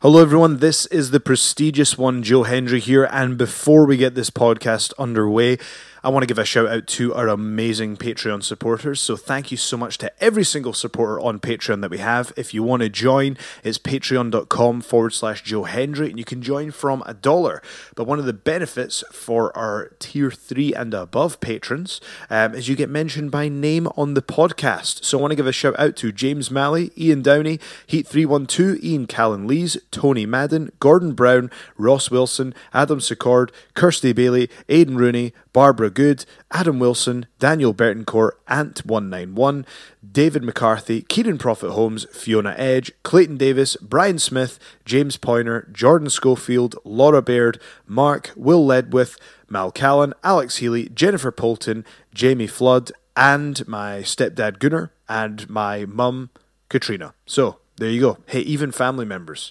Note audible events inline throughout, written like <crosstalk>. Hello, everyone. This is the prestigious one, Joe Hendry here. And before we get this podcast underway, I want to give a shout out to our amazing Patreon supporters. So, thank you so much to every single supporter on Patreon that we have. If you want to join, it's patreon.com forward slash Joe Hendry, and you can join from a dollar. But one of the benefits for our tier three and above patrons um, is you get mentioned by name on the podcast. So, I want to give a shout out to James Malley, Ian Downey, Heat312, Ian Callan Lees, Tony Madden, Gordon Brown, Ross Wilson, Adam Secord, Kirsty Bailey, Aidan Rooney, Barbara Good, Adam Wilson, Daniel Bertancourt, Ant191, David McCarthy, Kieran Prophet Holmes, Fiona Edge, Clayton Davis, Brian Smith, James Poyner, Jordan Schofield, Laura Baird, Mark, Will Ledwith, Mal Callan, Alex Healy, Jennifer Polton, Jamie Flood, and my stepdad Gunnar, and my mum Katrina. So there you go. Hey, even family members,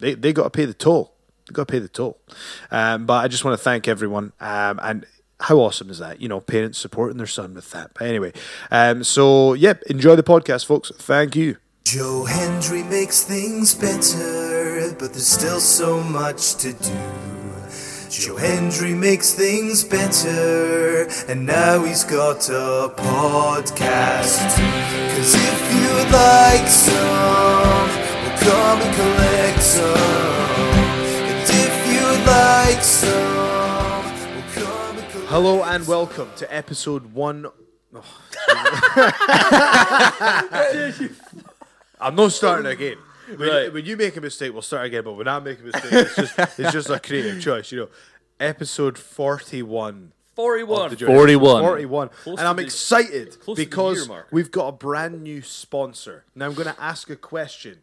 they, they got to pay the toll. They got to pay the toll. Um, but I just want to thank everyone. Um, and how awesome is that? You know, parents supporting their son with that. But anyway, um, so yep, enjoy the podcast, folks. Thank you. Joe Hendry makes things better, but there's still so much to do. Joe Hendry makes things better, and now he's got a podcast. Cause if you would like some, we'll come and collect some. And if you would like some, we'll come and collect Hello and welcome to episode one. Oh. <laughs> I'm not starting again. When, Right. when you make a mistake, we'll start again. But when I make a mistake, it's just it's just a creative choice, you know. Episode forty-one. 41. of the Journey. 41. 41. and to I'm the- excited close to the year because mark. we've got a brand new sponsor. Now I'm going to ask a question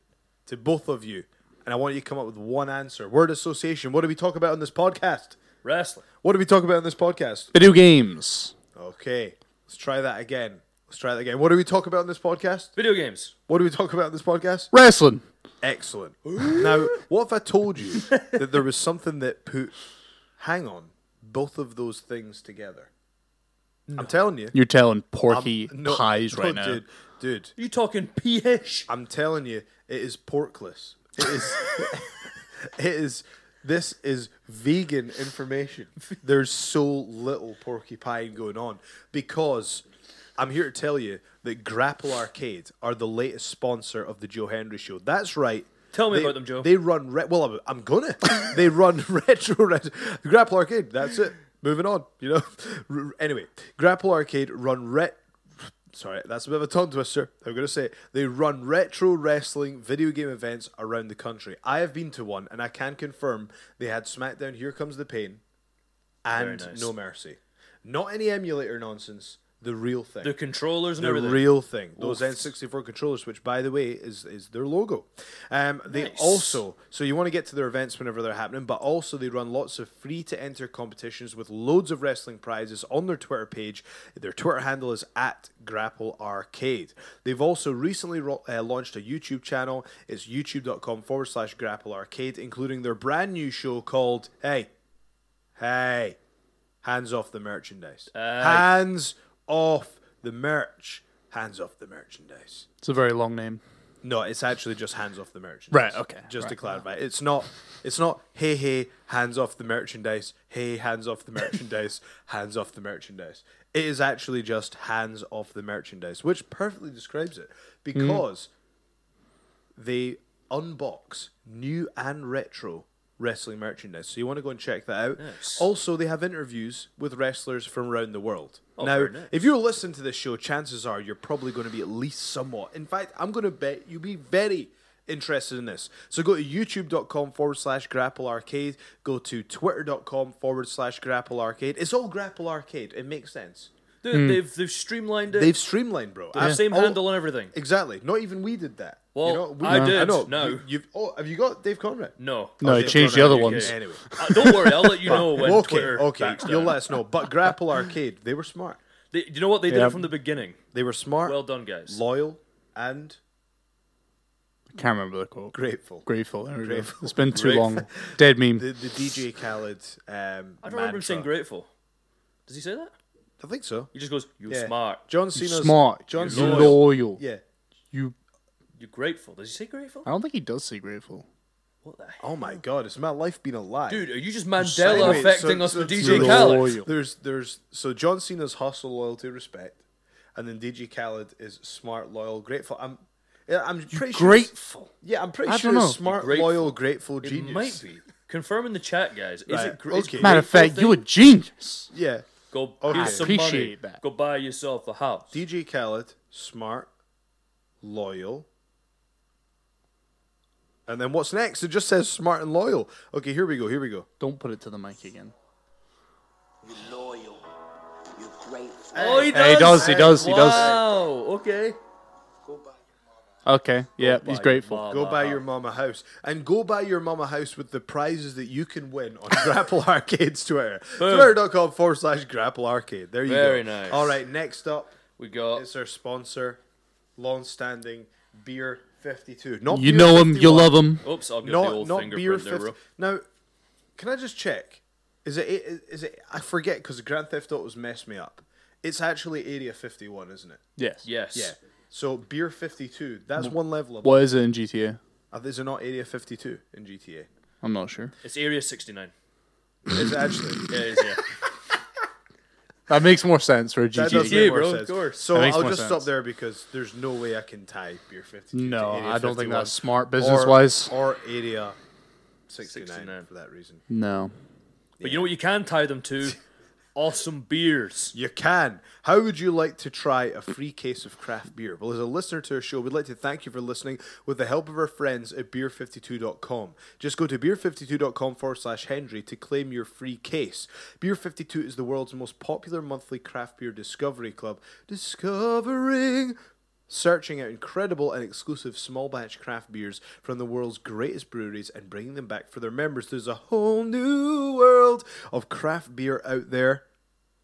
to both of you, and I want you to come up with one answer. Word association. What do we talk about on this podcast? Wrestling. What do we talk about on this podcast? Video games. Okay, let's try that again. Let's try that again. What do we talk about on this podcast? Video games. What do we talk about on this podcast? Wrestling. Excellent. now, what if I told you that there was something that put, hang on, both of those things together? I'm telling you. You're telling Porky Um, No, <laughs> pies no, right now. dude, dude. You talking PH? I'm telling you, it is porkless. It is. <laughs> it is. This is vegan information. There's so little porcupine going on because I'm here to tell you that Grapple Arcade are the latest sponsor of the Joe Henry Show. That's right. Tell me They- about them, Joe. They run re- well. I'm, I'm gonna. <laughs> they run retro, retro Grapple Arcade. That's it. Moving on. You know. <laughs> R- anyway, Grapple Arcade run ret sorry, that's a bit of a tongue twister. I'm going to say it. They run retro wrestling video game events around the country. I have been to one, and I can confirm they had SmackDown Here Comes the Pain and nice. No Mercy. Not any emulator nonsense, the real thing. <laughs> The controllers and the everything. real thing. Those N64 controllers, which, by the way, is is their logo. Um, they Nice. also so you want to get to their events whenever they're happening, but also they run lots of free to enter competitions with loads of wrestling prizes on their Twitter page. Their Twitter handle is at Grapple Arcade. They've also recently ro- uh, launched a YouTube channel. It's youtube.com forward slash Grapple Arcade, including their brand new show called Hey, Hey. Hands off the merchandise. Uh, Hands off the merch. Hands off the merchandise. It's a very long name. No, it's actually just hands off the merchandise. Right, okay, Just to right. clarify, it's not. It's not. Hey, hey, hands off the merchandise. Hey, hands off the <laughs> merchandise. hands off the merchandise. It is actually just hands off the merchandise, which perfectly describes it Hmm. because they unbox new and retro wrestling merchandise. So you want to go and check that out. Also, they have interviews with wrestlers from around the world. now, Oh, very nice. if you're listening to this show, chances are you're probably going to be at least somewhat. In fact, I'm going to bet you'll be very interested in this. So go to youtube.com forward slash grapple arcade. Go to twitter.com forward slash grapple arcade. It's all grapple arcade. It makes sense. Dude, they've, they've streamlined it. They've streamlined, bro. Have same All- handle and everything. Exactly. Not even we did that. Well, you know, we, I did. I know. No. You, you've, oh, have you got Dave Conrad? No. No, Oh, he they've changed gone out the other of UK. ones. Anyway. <laughs> Uh, don't worry, I'll let you know when okay, Twitter okay. backs You'll down. let us know. But Grapple Arcade, they were smart. They, you know what? They did Yeah. it from the beginning. They were smart. Well done, guys. Loyal and I can't remember the quote. grateful. Grateful. There we go. Grateful. It's been too Grateful. long. Dead meme. The, the DJ Khaled. Um, I don't remember him saying mantra. grateful. Does he say that? I think so. He just goes, You're Yeah. smart. John Cena's Smart. John You're Cena's. loyal. Yeah. You. You're grateful. Does he say grateful? I don't think he does say grateful. What the hell? Oh my god, it's my life being alive. Dude, are you just Anyway, Mandela so- affecting us so- with so DJ there's- Khaled? There's there's so John Cena's hustle, loyalty, respect, and then DJ Khaled is smart, loyal, grateful. I'm yeah, I'm pretty sure it's- Grateful. Yeah, I'm pretty I sure don't it's know. smart, Grateful. loyal, grateful, It genius. might be. Confirm in the chat, guys. Is Right, it great? okay. Matter of fact, you a genius. Yeah. go Okay. here's some money. Appreciate that. Go buy yourself a house. DJ Khaled, smart, loyal. And then what's next? It just says smart and loyal. Okay, here we go. Here we go. Don't put it to the mic again. You're loyal. You're grateful. Oh, he Hey, he does, he does, he does. Wow. Okay. Go buy your mama. Okay. Yeah, Oh he's Buy grateful. your Go mama buy a your mama house. And go buy your mama house with the prizes that you can win on <laughs> Grapple Arcade's Twitter. Twitter.com forward slash Grapple Arcade. There you Very go. nice. All right, next up We got is our sponsor, long standing Beer 52. Not You Beer know him, you 51. love him. Oops, I'll get the not old not beer fingerprint there, 50. bro. Now, can I just check? Is it is it? I forget because Grand Theft Auto's messed me up. It's actually Area 51, isn't it? Yes. Yes. Yeah. So beer 52. That's one level. Up. What is it in GTA? Uh, Is it not Area 52 in GTA? I'm not sure. It's Area 69. Is it actually? Yeah, it is, <laughs> yeah. That makes more sense for a That GTA. does GTA, make more bro, of sense. course. So That makes I'll more just stop sense. there because there's no way I can tie beer 52. to No, Area I don't think 51 that's smart or- business-wise. Or Area 69, 69. for that reason. no. But you know what you can tie them to? awesome beers. You can. How would you like to try a free case of craft beer? Well, as a listener to our show, we'd like to thank you for listening with the help of our friends at beer52.com. Just go to beer52.com forward slash Henry to claim your free case. Beer 52 is the world's most popular monthly craft beer discovery club. Discovering searching out incredible and exclusive small batch craft beers from the world's greatest breweries and bringing them back for their members. There's a whole new world of craft beer out there,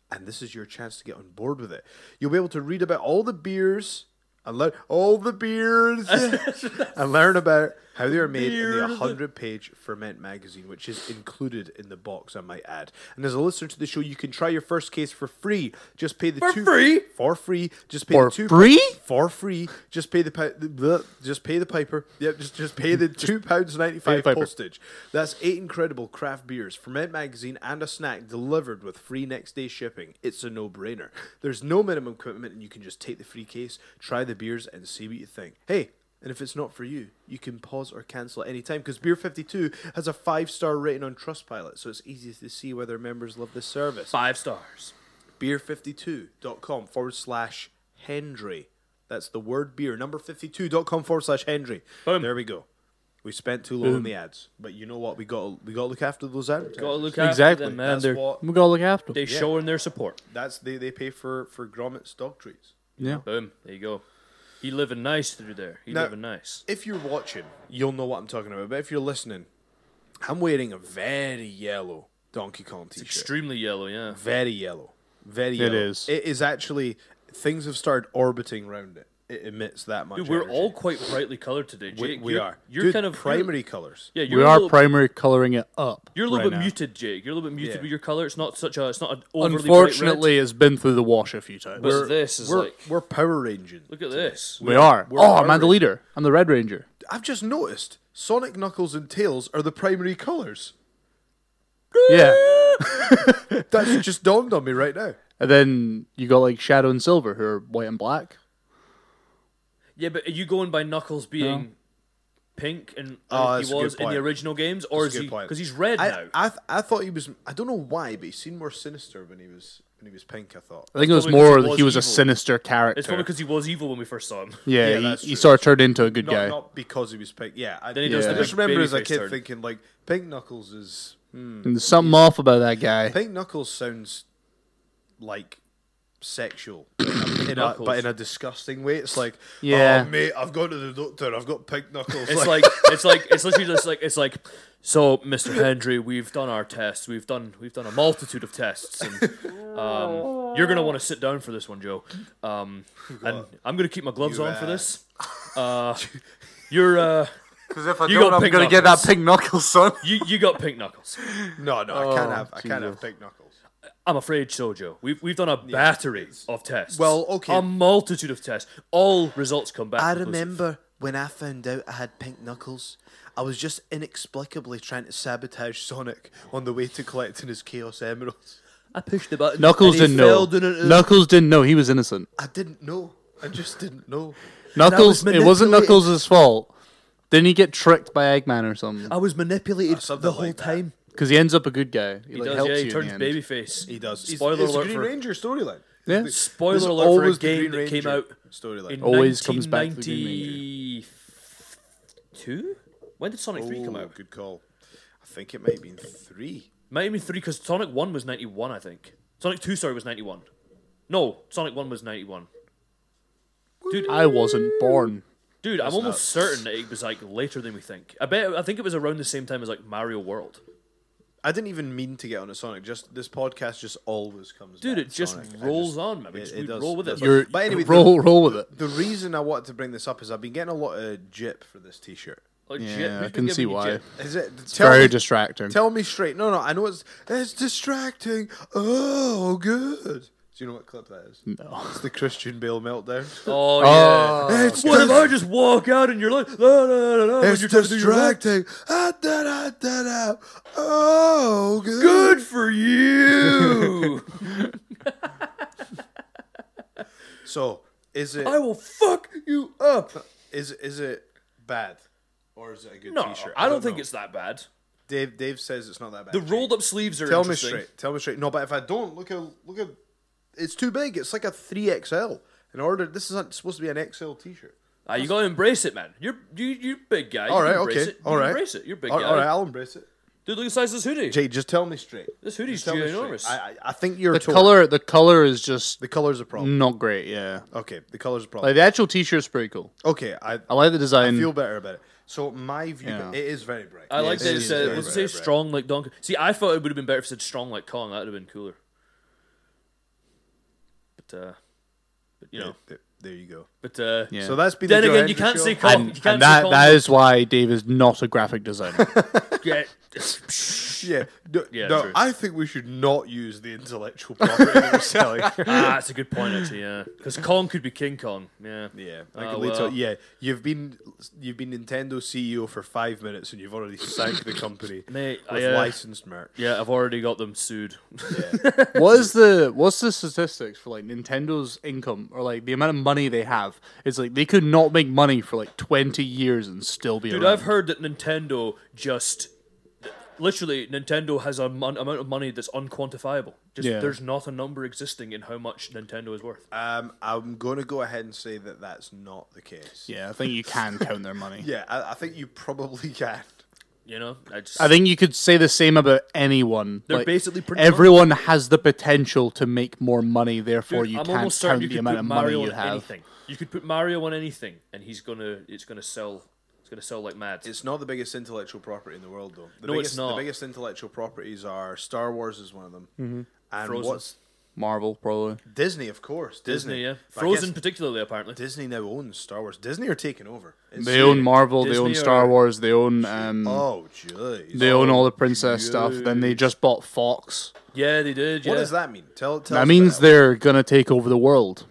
and this is your chance to get on board with it. You'll be able to read about all the beers and learn all the <laughs> beers and learn about how they are made in the 100 page ferment magazine which is included in the box i might add and as a listener to the show you can try your first case for free just pay the For two free? for free just pay For the two free? for free. Just pay the, pi- the bleh, just pay the piper. Yep, just just pay the two pounds ninety five piper. postage. That's eight incredible craft beers, ferment magazine, and a snack delivered with free next day shipping. It's a no brainer. There's no minimum commitment, and you can just take the free case, try the beers, and see what you think. Hey. And if it's not for you, you can pause or cancel at any time because Beer 52 has a five star rating on Trustpilot, so it's easy to see whether members love this service Five stars. beer52.com forward slash Hendry. That's the word beer. Number 52.com forward slash Hendry. Boom. There we go. We spent too long on the ads, but you know what? We got we got to look after those ads. Gotta look after Exactly. them, man. That's They're, what We gotta look after. they showing their support. that's they, they pay for for grommets dog treats. yeah. Boom. There you go. He living nice through there. He Now- living nice. If you're watching, you'll know what I'm talking about. But if you're listening, I'm wearing a very yellow Donkey Kong t-shirt. Extremely yellow, yeah. very yellow. Very yellow. is. It is actually things have started orbiting around it. It emits that much. Dude, we're energy. all quite brightly colored today, Jake. We, we you're, are. You're Dude, kind of primary colors. You're, yeah, you're We a are little- primary coloring it up. You're a little right bit now. muted, Jake. You're a little bit muted Yeah. with your color. It's not such a. It's not an overly bright red. Unfortunately, it's been through the wash a few times. But this is we're, like. we're Power Ranging. Look at this. we are. we're oh, I'm the orange. leader. I'm the Red Ranger. I've just noticed Sonic, Knuckles, and Tails are the primary colors. Yeah. That's just dawned on me right <laughs> now. And then you got like Shadow and Silver, who are white and black. Yeah, but are you going by Knuckles being pink and Oh, like that's he a good was in point. the original games, or That's a is good he point. because he's red I, now? I, th- I thought he was. I don't know why, but he seemed more sinister when he was when he was pink. I thought. I think it was probably 'cause more he that was he was a evil. sinister character. it's probably because he was evil when we <laughs> first saw him. yeah, Yeah, he- that's he, true. sort of turned into a good Not, guy. not because he was pink. Yeah, I, Then he yeah. does I the just big remember as a babyface kid turn. thinking like Pink Knuckles is And there's something off about that guy. Pink Knuckles sounds like <coughs> sexual, in a, Knuckles. but in a disgusting way. It's like, Yeah. oh mate, I've gone to the doctor. I've got pink knuckles. It's like it's like it's literally just like it's like. So, Mr. Hendry, we've done our tests. We've done we've done a multitude of tests, and um, you're gonna want to sit down for this one, Joe. <laughs> Um, and I'm gonna keep my gloves You on for ass. this. Uh, you're uh, Because if I You don't, got I'm pink gonna get knuckles. that pink knuckles, son. you you got pink knuckles. no, no, I can't oh, have. I can't have Jesus. pink knuckles. I'm afraid so, Joe. We've, we've done a battery of tests. Well, okay. A multitude of tests. All results come back. I conclusive. remember when I found out I had pink knuckles, I was just inexplicably trying to sabotage Sonic on the way to collecting his Chaos Emeralds. I pushed the button. Knuckles didn't know. Knuckles didn't know. He was innocent. I didn't know. I just didn't know. Knuckles. was it wasn't manipulated. Knuckles' fault. Didn't he get tricked by Eggman or something? I was manipulated something the whole like that. time. Because he ends up a good guy. He, He like, does. helps Yeah, you he in turns the end. babyface. He does. He's- Spoiler it's the alert Green for Ranger storyline. Yeah. There's Spoiler alert for a always the game Green that came Ranger out storyline. in Always comes back to the Green Ranger. 1992? When did Sonic Three come Oh, out? Good call. I think it might have been three. Might have been three because Sonic One was ninety one, I think. Sonic Two, sorry, was ninety one. No, Sonic One was ninety one. Dude, I wasn't born. dude, I'm almost certain that it was like later than we think. I bet. I think it was around the same time as like Mario World. I didn't even mean to get on a Sonic. Just this podcast just always comes. Dude, back it to just Sonic. I rolls on, man. We it- just it we does- roll with it. does. You're, But anyway, roll, the- roll with it. The reason I wanted to bring this up is I've been getting a lot of jip for this T-shirt. Legit, Yeah, who's I been can giving see you why. shit? Is it tell Very me- distracting. Tell me straight. No, no. I know it's it's distracting. Oh, good. Do you know what clip that is? No. It's the Christian Bale <laughs> meltdown. Oh yeah. it's what if dis- I just walk out and you're like, la, la, la, la, when It's you're trying to do your work? distracting. Ah, da, da, da, da. Oh, good. Good <laughs> for you. So is it I will fuck you up. is is it bad or is it a good No, T-shirt? I don't, think know. it's that bad. Dave Dave says it's not that bad. The rolled up sleeves are Tell me interesting. straight. Tell me straight. No, but if I don't, look how look how it's too big. It's like a three XL. In order, this isn't supposed to be an XL T-shirt. Ah, you gotta embrace it, man. You're you you big guy. You All right, can embrace okay, It. You all can right. embrace it. You're a big all, guy. all right, I'll embrace it. Dude, look at the size of this hoodie. Jay, just tell me straight. This hoodie's Just tell me straight. ginormous. I, I, I think you're The a total. color, the color is just The color's a problem. not great. Yeah, Mm. Okay, the color's a problem. like the actual T-shirt's pretty cool. okay, I, I like the I design. feel better about it. So my view, Yeah. it is very bright. I like Yes, that it it is said, very let's say strong like Donkey See, I thought it would have been better if it said strong like Kong. That would have been cooler. But, uh, but you know, There, there you go. but, uh, Yeah. So that's been then the Joe again, you Hendry can't show. say Kong. you and, can't and say that Kong. that is why Dave is not a graphic designer. Yeah. Yeah, no, Yeah, no, true. I think we should not use the intellectual property we're selling. <laughs> ah, that's a good point, actually, yeah. Because Kong could be King Kong. <laughs> Yeah. <laughs> Yeah, Ah, I can lead to- well. yeah, you've been you've been Nintendo CEO for five minutes and you've already sank the company <laughs> Mate, I, with uh, licensed merch. Yeah, I've already got them <laughs> sued. what is the what's the statistics for like Nintendo's income or like the amount of money they have? It's like they could not make money for like twenty years and still be. Dude, around. I've heard that Nintendo just literally Nintendo has a mon- amount of money that's unquantifiable. Just Yeah. there's not a number existing in how much Nintendo is worth. Um, I'm going to go ahead and say that that's not the case. Yeah, I think you can count their money. Yeah, I, I think you probably <laughs> can. You know, I just I think you could say the same about anyone. They're Like, basically pretty much- everyone has the potential to make more money. Therefore, Dude, you I'm can't almost certain count you the could amount put of Mario money you on have. anything. You could put Mario on anything, and he's gonna it's gonna sell. It's gonna sell like mad. It's not the biggest intellectual property in the world, though. The No, biggest, it's not. The biggest intellectual properties are Star Wars is one of them, and Mm-hmm. Frozen. what's Marvel, probably. Disney, of course, Disney. Disney, yeah. But I Frozen, guess particularly, apparently. Disney now owns Star Wars. Disney are taking over. It's- They own Marvel. they own Disney Star or- Wars. They own um. Oh, jeez. They own all the princess stuff. Then they just bought Fox. Yeah, they did. Yeah. What does that mean? Tell. tell That us means about they're gonna take over the world.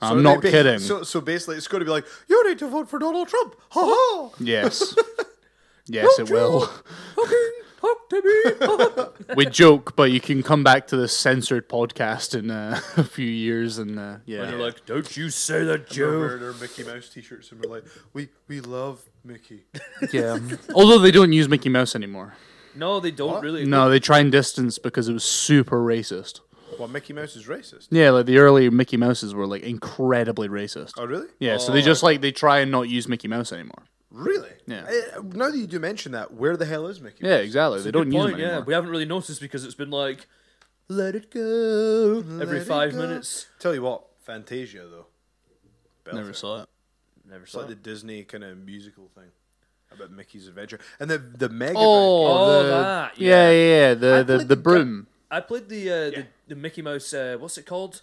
So I'm they not ba- kidding. So, so basically, it's going to be like you need to vote for Donald Trump. Ha <laughs> ha. <laughs> Yes. yes, it will. Talk <laughs> to me. We joke, but you can come back to this censored podcast in uh, <laughs> a few years and uh, yeah. and they're like, "Don't you say that, We're Joe." wearing our Mickey Mouse T-shirts, and we're like, we we love <laughs> Mickey. Yeah. <laughs> Although they don't use Mickey Mouse anymore. No, they don't really. No, they try and distance because it was super racist. well, Mickey Mouse is racist. <laughs> Yeah, like the early Mickey Mouses were like incredibly racist. Oh, really? Yeah, so they just like they try and not use Mickey Mouse anymore. Really? Yeah. Eh, now that you do mention that, where the hell is Mickey? Yeah, exactly. They don't Good use point, them yeah. anymore. We haven't really noticed because it's been like, let it go every Let it five go. minutes. Tell you what, Fantasia though. Never Belter. saw it. Never It's saw like the it. Disney kind of musical thing about Mickey's adventure, and the the Mega Oh, Oh, the, that, yeah, yeah. yeah, yeah, the I the, played the the- broom. I played the uh, the, the Mickey Mouse. Uh, what's it called?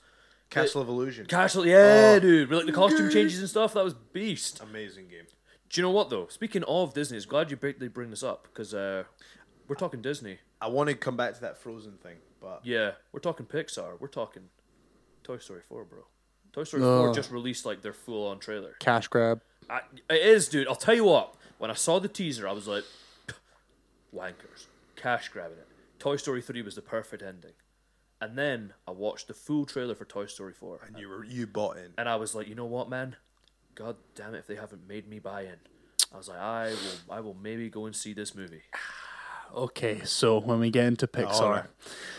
Drive, Castle of Illusion, Castle. Yeah, Oh. dude. With like the costume changes and stuff. That was beast. amazing game. Do you know what though? Speaking of Disney, it's glad you br- they bring this up because uh, we're talking Disney. I want to come back to that Frozen thing, but Yeah, we're talking Pixar. We're talking Toy Story Four, bro. Toy Story Oh. Four just released like their full on trailer. Cash grab. I, it is, dude. I'll tell you what. When I saw the teaser, I was like, <sniffs> wankers, cash grabbing it. Toy Story 3 was the perfect ending. And then I watched the full trailer for Toy Story 4. And you were you bought in. And I was like, you know what, man? God damn it, if they haven't made me buy in. I was like, I will, I will maybe go and see this movie. Okay, so when we get into Pixar, All right.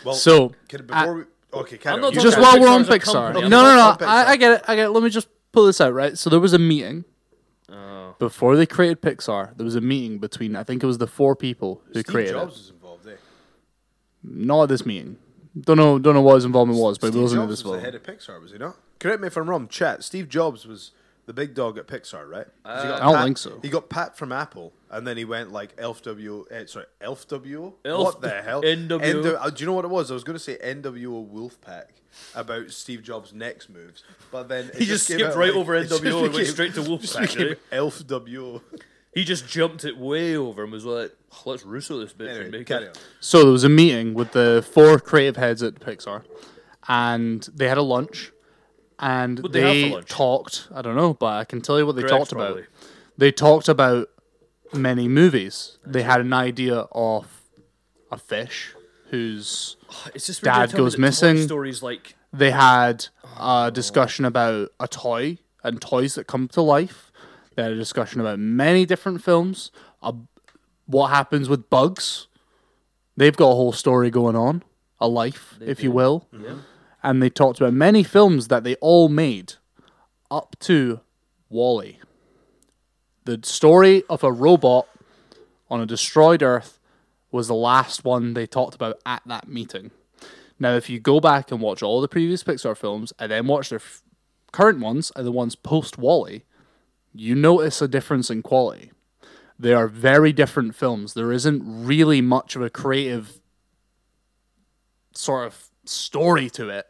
Well, So, can, before I- we, okay, carry I'm on. not You just Okay, carry while on. we're on Pixar's a Pixar. company, No, I'm no, no. not on Pixar. I, I get it. I get it. Let me just pull this out, right? So there was a meeting. Oh. Before they created Pixar, there was a meeting between I think it was the four people who Steve created Jobs it. was involved. Eh? Not at this meeting. Don't know. Don't know what his involvement was, but it Steve wasn't Jobs at was this the one. head of Pixar, was he not? Correct me if I'm wrong. Chat. Steve Jobs was the big dog at Pixar, right? 'Cause he Uh, got I don't Pat- think so. He got Pat from Apple, and then he went like LFW. Eh, sorry, LFW. Elf- what the hell? NWO. NW uh, do you know what it was? I was going to say NWO Wolfpack about Steve Jobs' next moves, but then it He just came skipped out right like- <laughs> over it just NWO and went became- <laughs> straight to just Wolfpack. eh? became didn't <laughs> LFW. He He just jumped it way over and was like, let's Russo this bitch and Anyway, make carry it. on. So there was a meeting with the four creative heads at Pixar, and they had a lunch, and What'd they have they, for lunch? talked. I don't know, but I can tell you what they Greg's talked probably. about. They talked about many movies. They had an idea of a fish who's <sighs> It's just weird you're Dad telling me goes that Toy missing. Stories like they had a discussion about a toy and toys that come to life. They had a discussion about many different films. A, what happens with bugs? They've got a whole story going on, a life, if you will. And they talked about many films that they all made, up to Wally. The story of a robot on a destroyed Earth was the last one they talked about at that meeting. Now, if you go back and watch all the previous Pixar films and then watch their f- current ones and the ones post Wally, you notice a difference in quality. They are very different films. There isn't really much of a creative sort of story to it.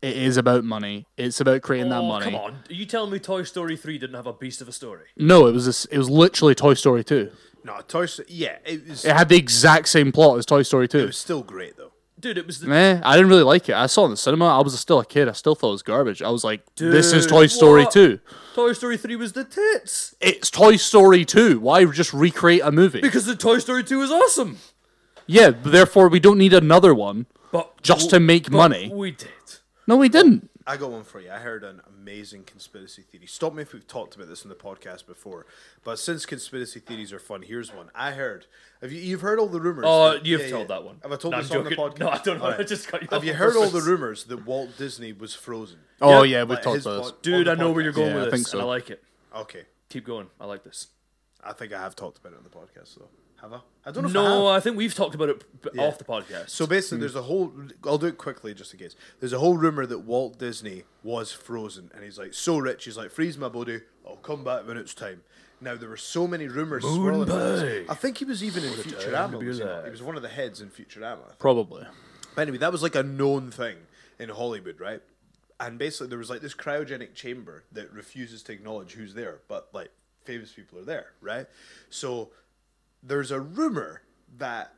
It is about money. It's about creating that Oh, money. Come on, are you telling me Toy Story three didn't have a beast of a story? No, it was this, it was literally Toy Story 2. No, Toy Story. Yeah, it was. It had the exact same plot as Toy Story 2. it was still great though. Dude, it was the Eh, I didn't really like it. I saw it in the cinema. I was still a kid. I still thought it was garbage. I was like, this is Dude, Toy Story what? 2. Toy Story three was the tits It's Toy Story 2. Why just recreate a movie? because the Toy Story two is awesome. yeah, therefore we don't need another one. But Just to make but money. we did. No, we didn't. I got one for you. I heard an amazing conspiracy theory. Stop me if we've talked about this in the podcast before, but since conspiracy theories are fun, here's one. I heard. Have you you've heard all the rumors? Oh, that- you've told that one. Have I told No, this I'm on the podcast? joking. <laughs> No, I don't know. All right. I just cut you Have off you on heard all the purpose. rumors that Walt Disney was frozen? Oh, yeah, we've Like, talked his about this. pod- on Dude, the I know where podcast. you're going Yeah, with I this, think so. and I like it. Okay, Keep going. I like this. I think I have talked about it on the podcast though. Have I? I don't know. if I have. No, I think we've talked about it b- off the podcast. Uh-huh. So basically, there's a whole. I'll do it quickly just in case. There's a whole rumor that Walt Disney was frozen, and he's like so rich, he's like freeze my body. I'll come back when it's time. Now there were so many rumors swirling. about this. I think he was even in Futurama. Was he, not? he was one of the heads in Futurama. Probably. But anyway, that was like a known thing in Hollywood, right? And basically, there was like this cryogenic chamber that refuses to acknowledge who's there, but like famous people are there, right? So there's a rumor that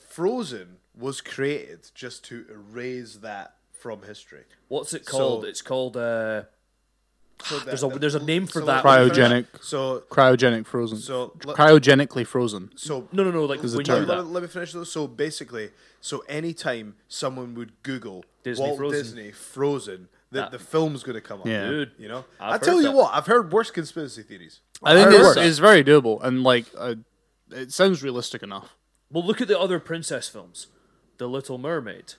Frozen was created just to erase that from history. What's it called? So- it's called. Uh, So Ah, There's that- a- there's a name for so that. let me finish. Cryogenic. So Cryogenic frozen. So, let- Cryogenically frozen. so no, no, no. Like a when you term. do Let, that. me- let me finish though. So basically, so anytime someone would Google Disney Walt Frozen. Disney Frozen, that Ah. the film's going to come up. Yeah. Dude, you know. I've I tell heard you that. what, I've heard worse conspiracy theories. I think heard it's, that. it's very doable and like uh, it sounds realistic enough. Well, look at the other princess films. The Little Mermaid,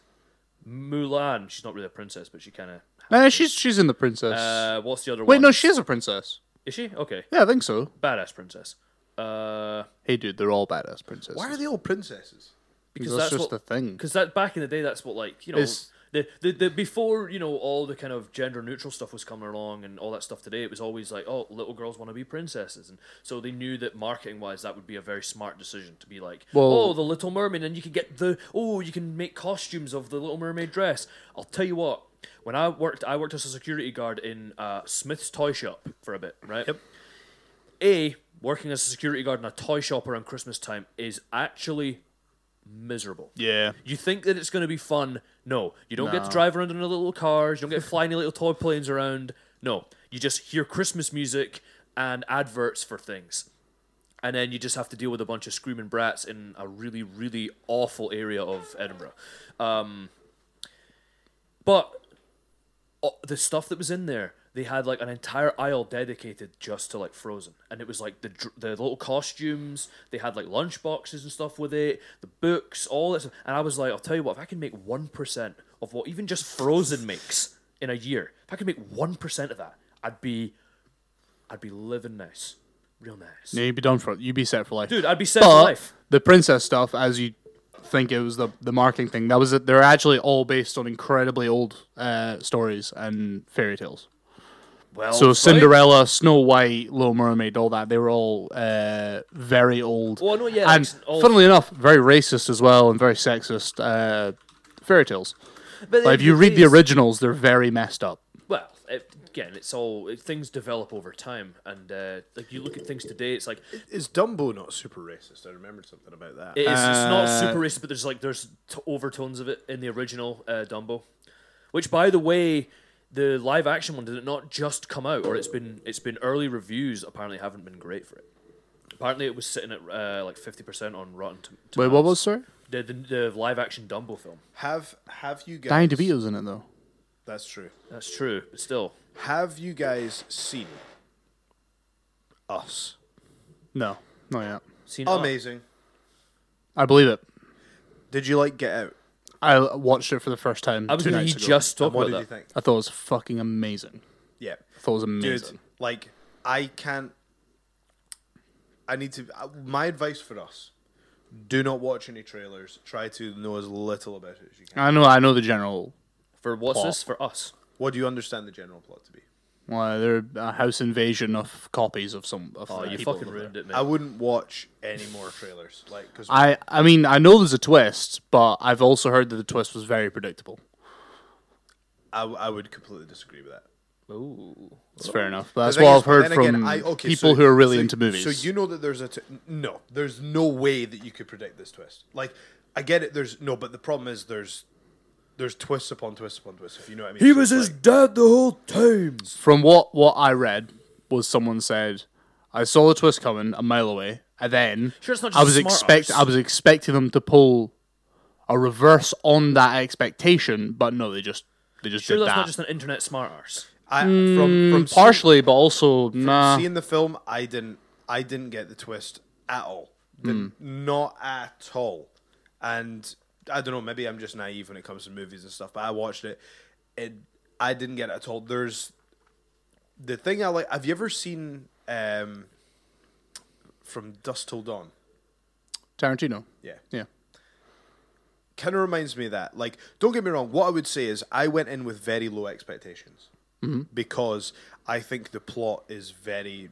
Mulan. She's not really a princess, but she kind of. Nah, she's she's in the princess. Uh, what's the other Wait, one? no, she is a princess. Is she? Okay. Yeah, I think so. Badass princess. Uh, Hey, dude, they're all badass princesses. Why are they all princesses? because that's that's, just what, the thing. Because that back in the day, that's what like you know. It's- The, the, the, before you know all the kind of gender neutral stuff was coming along and all that stuff today it was always like oh little girls want to be princesses and so they knew that marketing wise that would be a very smart decision to be like Well- oh the little mermaid and you can get the oh you can make costumes of the little mermaid dress i'll tell you what when i worked i worked as a security guard in uh, smith's toy shop for a bit right yep a working as a security guard in a toy shop around christmas time is actually miserable Yeah. you think that it's going to be fun. No, you don't get to drive around in little cars. You don't get <laughs> to fly any little toy planes around. No, you just hear Christmas music and adverts for things. and then you just have to deal with a bunch of screaming brats in a really, really awful area of Edinburgh. Um, but uh, the stuff that was in there, they had like an entire aisle dedicated just to like Frozen, and it was like the dr- the little costumes. They had like lunch boxes and stuff with it, the books, all this. And I was like, I'll tell you what, if I can make one percent of what even just Frozen makes in a year, if I could make one percent of that, I'd be, I'd be living nice, real nice. Yeah, you'd be done for. You'd be set for life, Dude, I'd be set for But life. The princess stuff, as you think it was the the marketing thing, that was it. They're actually all based on incredibly old uh, stories and fairy tales. Well, So right? Cinderella, Snow White, Little Mermaid, all that. They were all uh, very old. Well, no, yeah, and like, all- funnily enough, very racist as well and very sexist uh, fairy tales. But Like, if you read the original. originals, they're very messed up. well, it, again, it's all it, things develop over time, and uh, like you look at things today, it's like it Is Dumbo not super racist? I remembered something about that. is, it's not Uh, super racist, but there's like there's t- overtones of it in the original uh, Dumbo, which by the way, the live action one did it not just come out, or it's been it's been early reviews apparently haven't been great for it. Apparently, it was sitting at uh, like fifty percent on Rotten Tom- Tomatoes. Wait, what was sorry? the, the, the live action Dumbo film? have have you guys? Danny DeVito's in it though. That's true. That's true, but still, Have you guys seen Us? No, not yet. seen Amazing. I believe it. Did you like Get Out? I watched it for the first time I was two gonna nights ago. just talk And what about did that. you think? I thought it was fucking amazing. Yeah, I thought it was dude. amazing. Like I can't. I need to. I- My advice for us: do not watch any trailers. Try to know as little about it as you can. I know, I know the general. For what's Paul. this for us? What do you understand the general plot to be? Well, uh, they're a house invasion of copies of some. Of uh, Oh, you people fucking over there. ruined it, man. I wouldn't watch any more trailers, like because I, I mean, I know there's a twist, but I've also heard that the twist was very predictable. I, I would completely disagree with that. Ooh. It's fair enough. But that's The thing what is, I've heard then again, from I- okay, people so- who are really so- into movies. So you know that there's a t- no, there's no way that you could predict this twist. Like I get it, there's no, but the problem is there's there's twists upon twists upon twists. If you know what I mean. So it's like- dad the whole time. from what what I read was someone said, I saw the twist coming a mile away, and then Sure, it's not I just was smart expect arse. I was expecting them to pull a reverse on that expectation, but no, they just they just Sure, did that's that. not just an internet smart arse. I, from from seeing- Hmm, Partially, but also nah. seeing the film, I didn't I didn't get the twist at all. Didn't- Hmm. Not at all. And I don't know, maybe I'm just naive when it comes to movies and stuff, but I watched it and I didn't get it at all. There's the thing I like have you ever seen um from Dust Till Dawn? Tarantino. Yeah. Yeah. Kind of reminds me of that. Like, don't get me wrong, what I would say is I went in with very low expectations. Mm-hmm. Because I think the plot is very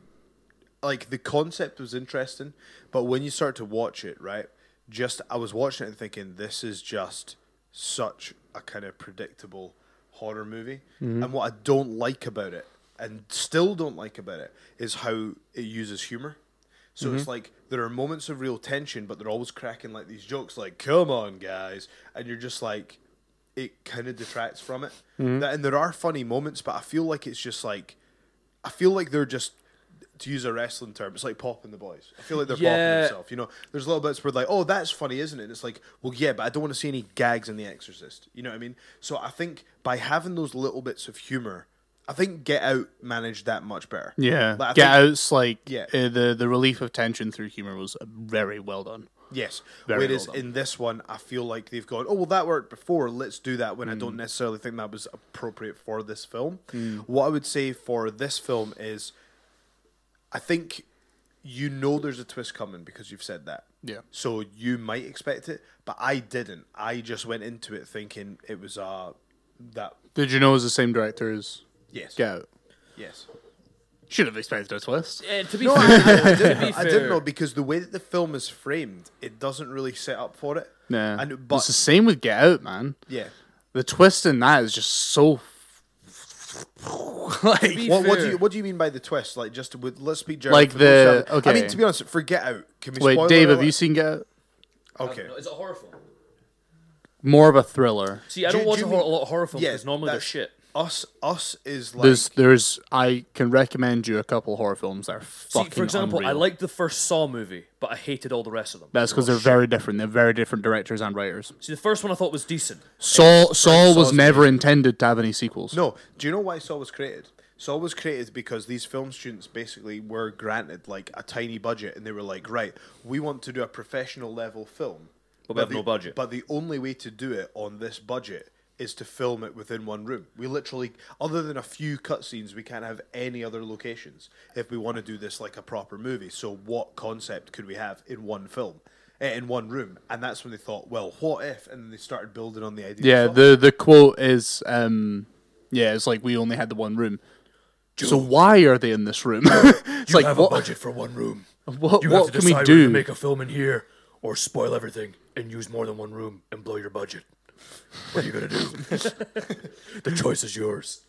like the concept was interesting, but when you start to watch it, right? Just I was watching it and thinking this is just such a kind of predictable horror movie. And what I don't like about it and still don't like about it is how it uses humor. So it's like there are moments of real tension, but they're always cracking like these jokes like come on guys and you're just like it kind of detracts from it. That, and there are funny moments, but I feel like it's just like I feel like they're just to use a wrestling term, it's like popping the boys. I feel like they're popping Yeah. themselves. You know, there's little bits where like, oh, that's funny, isn't it? And it's like, well, yeah, but I don't want to see any gags in The Exorcist. You know what I mean? So I think by having those little bits of humor, I think Get Out managed that much better. Yeah. Like, I Get think- Out's like Yeah. uh, the the relief of tension through humor was uh, very well done. Yes. Very Whereas well done. in this one, I feel like they've gone, oh, well, that worked before. Let's do that when I Mm. don't necessarily think that was appropriate for this film. What I would say for this film is I think you know there's a twist coming because you've said that. Yeah. So you might expect it, but I didn't. I just went into it thinking it was uh, that. Did you know it was the same director as Yes. Get Out? <laughs> Yes. Should have expected a twist. Eh, to be fair, to be fair, I didn't know because the way that the film is framed, it doesn't really set up for it. Yeah. And, but, it's the same with Get Out, man. yeah. The twist in that is just so. to like, be What, what do fair, you what do you mean by the twist? Like just with let's speak German. Like for those the- who haven't- I mean okay. to be honest, forget out. Can we wait, spoil Dave, it have you seen Get Out? Okay. Is it a horror film? More of a thriller. See, I Do- don't do watch you a, hor- mean- a lot of horror films Yeah, because normally they're that's- shit. Us, us is like There's, there's, I can recommend you a couple horror films that are See, fucking for example, I unreal. liked the first Saw movie, but I hated all the rest of them. That's because they're very different. They're very different directors and writers. See, the first one I thought was decent. Saul, Saul Saw's was never intended to have any sequels. No, do you know why Saw was created? Saw was created because these film students basically were granted like a tiny budget, and they were like, "Right, we want to do a professional level film, But we have the, no budget." But the only way to do it on this budget is to film it within one room. We literally, other than a few cutscenes, we can't have any other locations if we want to do this like a proper movie. So, what concept could we have in one film, eh, in one room? And that's when they thought, "Well, what if?" And then they started building on the idea. Yeah, of Saw. the the quote is, um, yeah, it's like we only had the one room. So why are they in this room? <laughs> it's like have what, a budget for one room. what, You have what to can we decide whether to do? make a film in here or spoil everything and use more than one room and blow your budget. What are you gonna do? the choice is yours.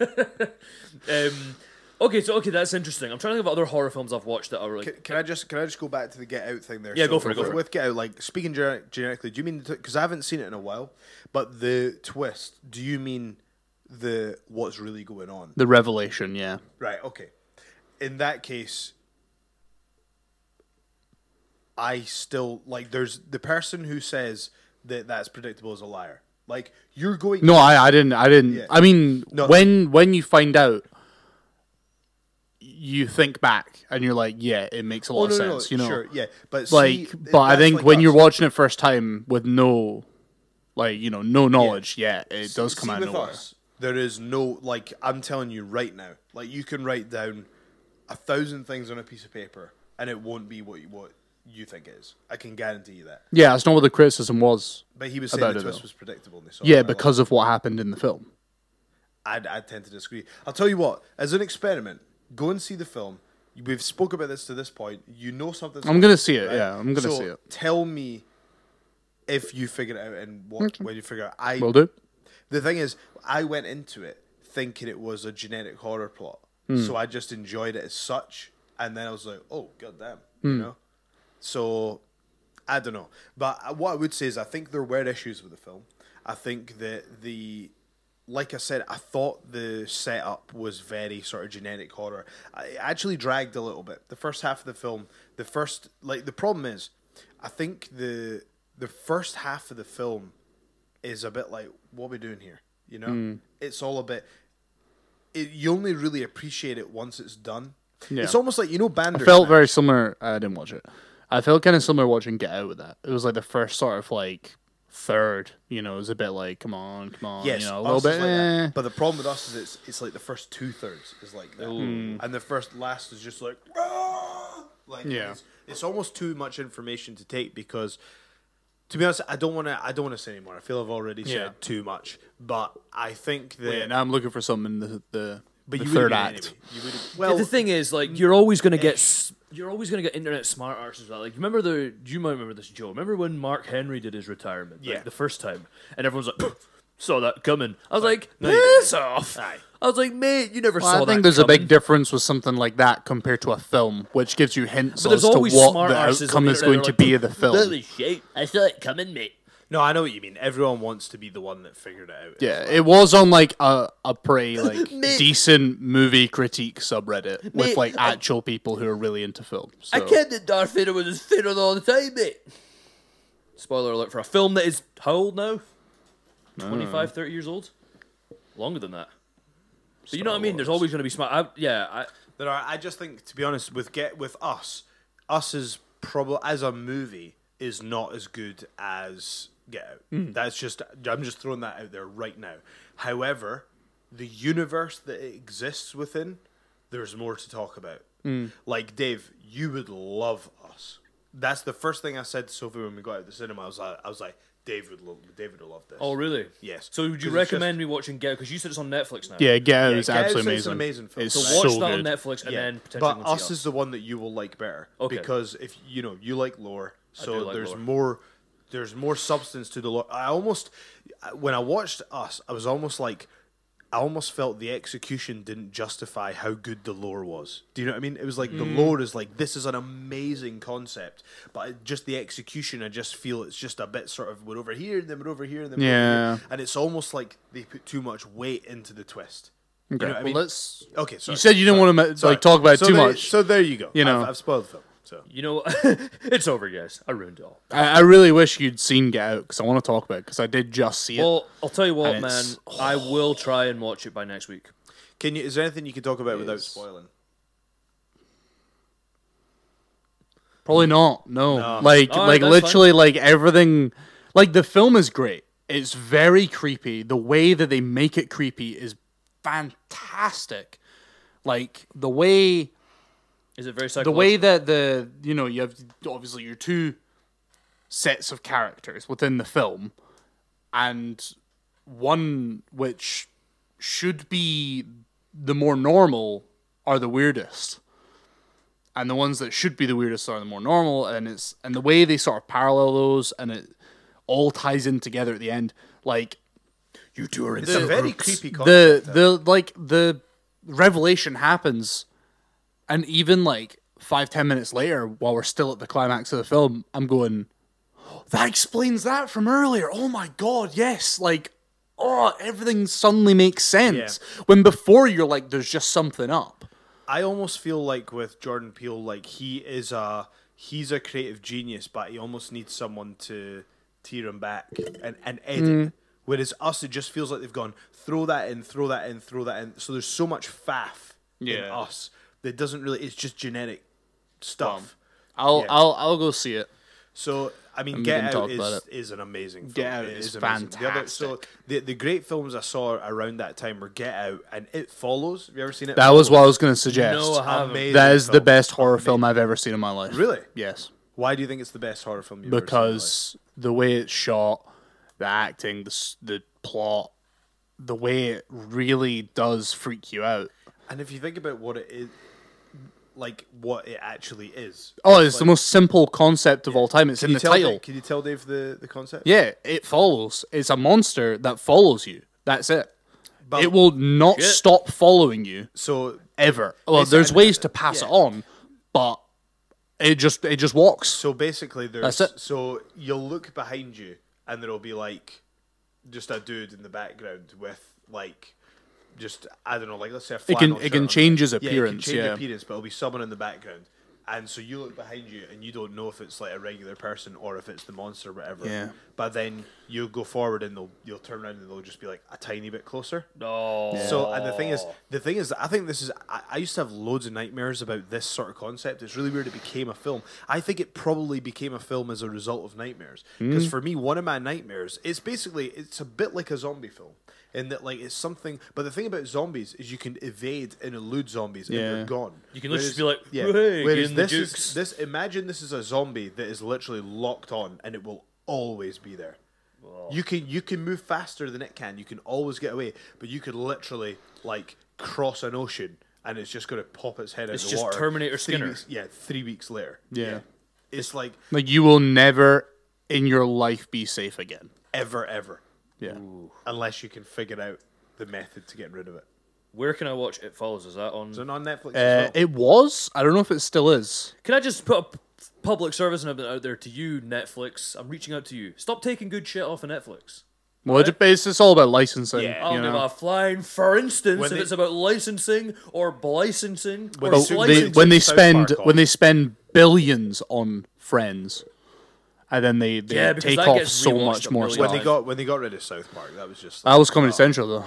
um, okay, so okay, that's interesting. I'm trying to think of other horror films I've watched that are really. Can- Can I just can I just go back to the Get Out thing there? Yeah, go for it, go with, for it. With Get Out, like speaking gener- generically, do you mean because I haven't seen it in a while? But the twist, do you mean the what's really going on? the revelation, yeah. Right. Okay. In that case, I still like. There's the person who says that that's predictable is a liar. Like you're going. No, I, I didn't. I didn't. Yeah. I mean, No. when when you find out, you think back and you're like, yeah, it makes a lot Oh, of no, no, no, sense. you know, sure, yeah, but like, see, but I that's think like when you're us. watching it first time with no, like you know, no knowledge, yeah, it does come See, out of with nowhere. us, there is no like I'm telling you right now. Like you can write down a thousand things on a piece of paper, and it won't be what you, what you think it is. I can guarantee you that. Yeah, that's not what the criticism was. But he was saying About the it, twist though. was predictable. And they saw it. Yeah, I'm like, because of what happened in the film. I'd, I tend to disagree. I'll tell you what. As an experiment, go and see the film. We've spoke about this to this point. You know something. I'm gonna see it. Yeah, I'm gonna so see it. Tell me if you figure it out and what when you figure it out. I Will do. The thing is, I went into it thinking it was a generic horror plot, so I just enjoyed it as such. And then I was like, "Oh, goddamn," you know. So I don't know, but I- what I would say is, I think there were issues with the film. I think that the, like I said, I thought the setup was very sort of generic horror. I it actually dragged a little bit. The first half of the film, the first like the problem is, I think the the first half of the film is a bit like what are we doing here you know it's all a bit it, you only really appreciate it once it's done it's almost like you know Bandersnatch Felt very similar. I didn't watch it. I felt kind of similar watching Get Out with that. It was like the first sort of like third. You know, it was a bit like, come on, come on. yes you know, a us little is bit. like that. eh. but the problem with us is it's, it's like the first two thirds is like that Hmm. and the first last is just like "Ah!" like Yeah. it's, it's almost too much information to take because to be honest I don't want to I don't want to say anymore I feel I've already Yeah. said too much but I think that yeah, now I'm looking for something in the the, but the you would've third been act. anyway. you would have Yeah, well the thing is, like, you're always gonna get s- you're always gonna get internet smart arts as well. Like, remember the you might remember this, Joe. Remember when Mark Henry did his retirement? like, Yeah. the first time, and everyone's like, saw that coming. I was like, you piss off. I was like, mate, you never saw Well, I that. think there's a coming." big difference with something like that compared to a film, which gives you hints But as there's to always what smart the arses on outcome the is internet going that to are be like, of the film. shit! I saw it coming, mate. No, I know what you mean. Everyone wants to be the one that figured it out. Yeah, it was on like a, <laughs> a pretty like Mate. decent movie critique subreddit with Mate, like I- actual people who are really into film. So. that Darth Vader was his fiddle all the time, mate. Spoiler alert for a film that is how old now? Uh, 25, 30 years old? Longer than that. But you know what I mean? There's always going to be smart. I, yeah, I, There are. I just think, to be honest, with get with us, us is probably as a movie is not as good as Get Out. That's just. I'm just throwing that out there right now. However, the universe that it exists within, there's more to talk about. Like Dave, you would love us. That's the first thing I said to Sophie when we got out of the cinema. I was like, I was like, Dave would love, David would love this. Oh, really? Yes. So would you 'Cause it's recommend me watching Get? Because you said it's on Netflix now. Yeah, Get Out Yeah, is Get Out's absolutely an amazing. amazing film. It's So So watch so that on good. Netflix and then potentially but go and see us is the one that you will like better Okay. because if you know you like lore, so like there's lore. more, there's more substance to the lore. I almost when I watched us, I was almost like, I almost felt the execution didn't justify how good the lore was. Do you know what I mean? It was like Mm. the lore is like this is an amazing concept, but it- just the execution, I just feel it's just a bit sort of we're over here and then we're over here and then we're Yeah. over here, and it's almost like they put too much weight into the twist. You know Okay, what I well, mean? let's. Okay, sorry. You said you didn't want to Sorry. like talk about it So too there- much. So there you go. You I've- know. I've, spoiled the film. So You know, <laughs> it's over, guys. I ruined it all. I, I really wish you'd seen Get Out because I want to talk about it because I did just see it. Well, I'll tell you what, And man. it's- I will try and watch it by next week. can you? Is there anything you can talk about without spoiling? Probably not. No, like All right, like that's literally like everything. Like the film is great. It's very creepy. The way that they make it creepy is fantastic. Like the way Is it very the psychological? way that the you know you have obviously your two sets of characters within the film and one which should be the more normal are the weirdest and the ones that should be the weirdest are the more normal and it's and the way they sort of parallel those and it all ties in together at the end like you two are in It's a very creepy concept. the the like the revelation happens and even like five ten minutes later while we're still at the climax of the film i'm going that explains that from earlier oh my god yes like oh everything suddenly makes sense when before you're like there's just something up I almost feel like with Jordan Peele, like he is a he's a creative genius, but he almost needs someone to tear him back and, and edit. Mm-hmm. Whereas us, it just feels like they've gone throw that in, throw that in, throw that in. So there's so much faff in Yeah. us that doesn't really. It's just generic stuff. i'll Yeah. i'll i'll go see it So I mean, we Get can Out talk is, about is an amazing. Film. Get Out It is amazing. The other- so the the great films I saw around that time were Get Out and It Follows. Have you ever seen it? that was what i was going to suggest No, I haven't. Amazing that is the film. best horror film i've ever seen in my life Really? yes Why do you think it's the best horror film you've ever seen in your life? because the way it's shot, the acting, the s- the plot, the way it really does freak you out. and if you think about what it is, like what it actually is. Oh, it's the most simple concept of all time. It's Can in you the tell title. Dave, can you tell Dave the, the concept? Yeah, it follows. It's a monster that follows you. That's it. But- it will not Shit. stop following you So ever. Well, It's- there's and- ways to pass it yeah. on, but it just it just walks. so basically, there's That's it. so you'll look behind you, and there'll be like just a dude in the background with like just I don't know, like let's say a It can flannel it shirt can on. change his Yeah, it can appearance. change Yeah, appearance, but it'll be someone in the background. And so you look behind you and you don't know if it's like a regular person or if it's the monster or whatever. Yeah. But then you'll go forward and they'll you'll turn around and they'll just be like a tiny bit closer. No. So and the thing is, the thing is, that I think this is. I, I used to have loads of nightmares about this sort of concept. It's really weird. It became a film. I think it probably became a film as a result of nightmares. Because for me, one of my nightmares, it's basically, it's a bit like a zombie film, in that like it's something. But the thing about zombies is you can evade and elude zombies, and Yeah. you're gone. You can literally just be like, "Hey, get Whereas in the this jukes." is this. Imagine this is a zombie that is literally locked on, and it will always be there. You can you can move faster than it can. You can always get away, but you could literally like cross an ocean and it's just going to pop its head out It's the just water. Terminator three Skinner. Weeks, yeah, three weeks later. yeah. It's like Like you will never in your life be safe again. ever, ever, Yeah. unless you can figure out the method to get rid of it. Where can I watch It Follows? Is that on? So on Netflix, Uh, as well. it was. I don't know if it still is. Can I just put a public service announcement out there to you, Netflix? I'm reaching out to you. Stop taking good shit off of Netflix. Well, it depends. It's all about licensing. Yeah. I you don't give know. a flying. For instance, When if they- it's about licensing or blicensing or But soon Oh, they, licensing when they South spend Park on. when they spend billions on Friends, and then they, they Yeah, because take that off gets so rewatched much a more million stuff. when they got when they got rid of South Park, that was just that like, was Comedy Central though.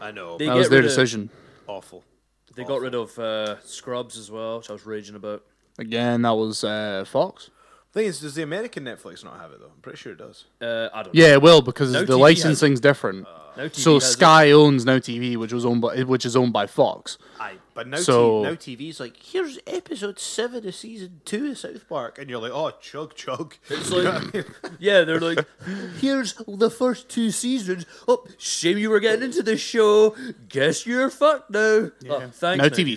I know They That Uh, get was their rid of- decision. awful. they got rid of uh, Scrubs as well, which I was raging about. Again, that was uh, Fox. Thing is, does the American Netflix not have it though? I'm pretty sure it does. Uh, I don't Yeah, it will because No the TV has it. licensing's different. know. No TV so has it. Sky owns Now TV, which was owned by which is owned by Fox. Aye, but now So- t- now TV's like here's episode seven of season two of South Park, and you're like, oh chug chug. It's like, <laughs> yeah, they're like, here's the first two seasons. Oh, shame you were getting into this show. Guess you're fucked now. Oh, thanks, Now Now TV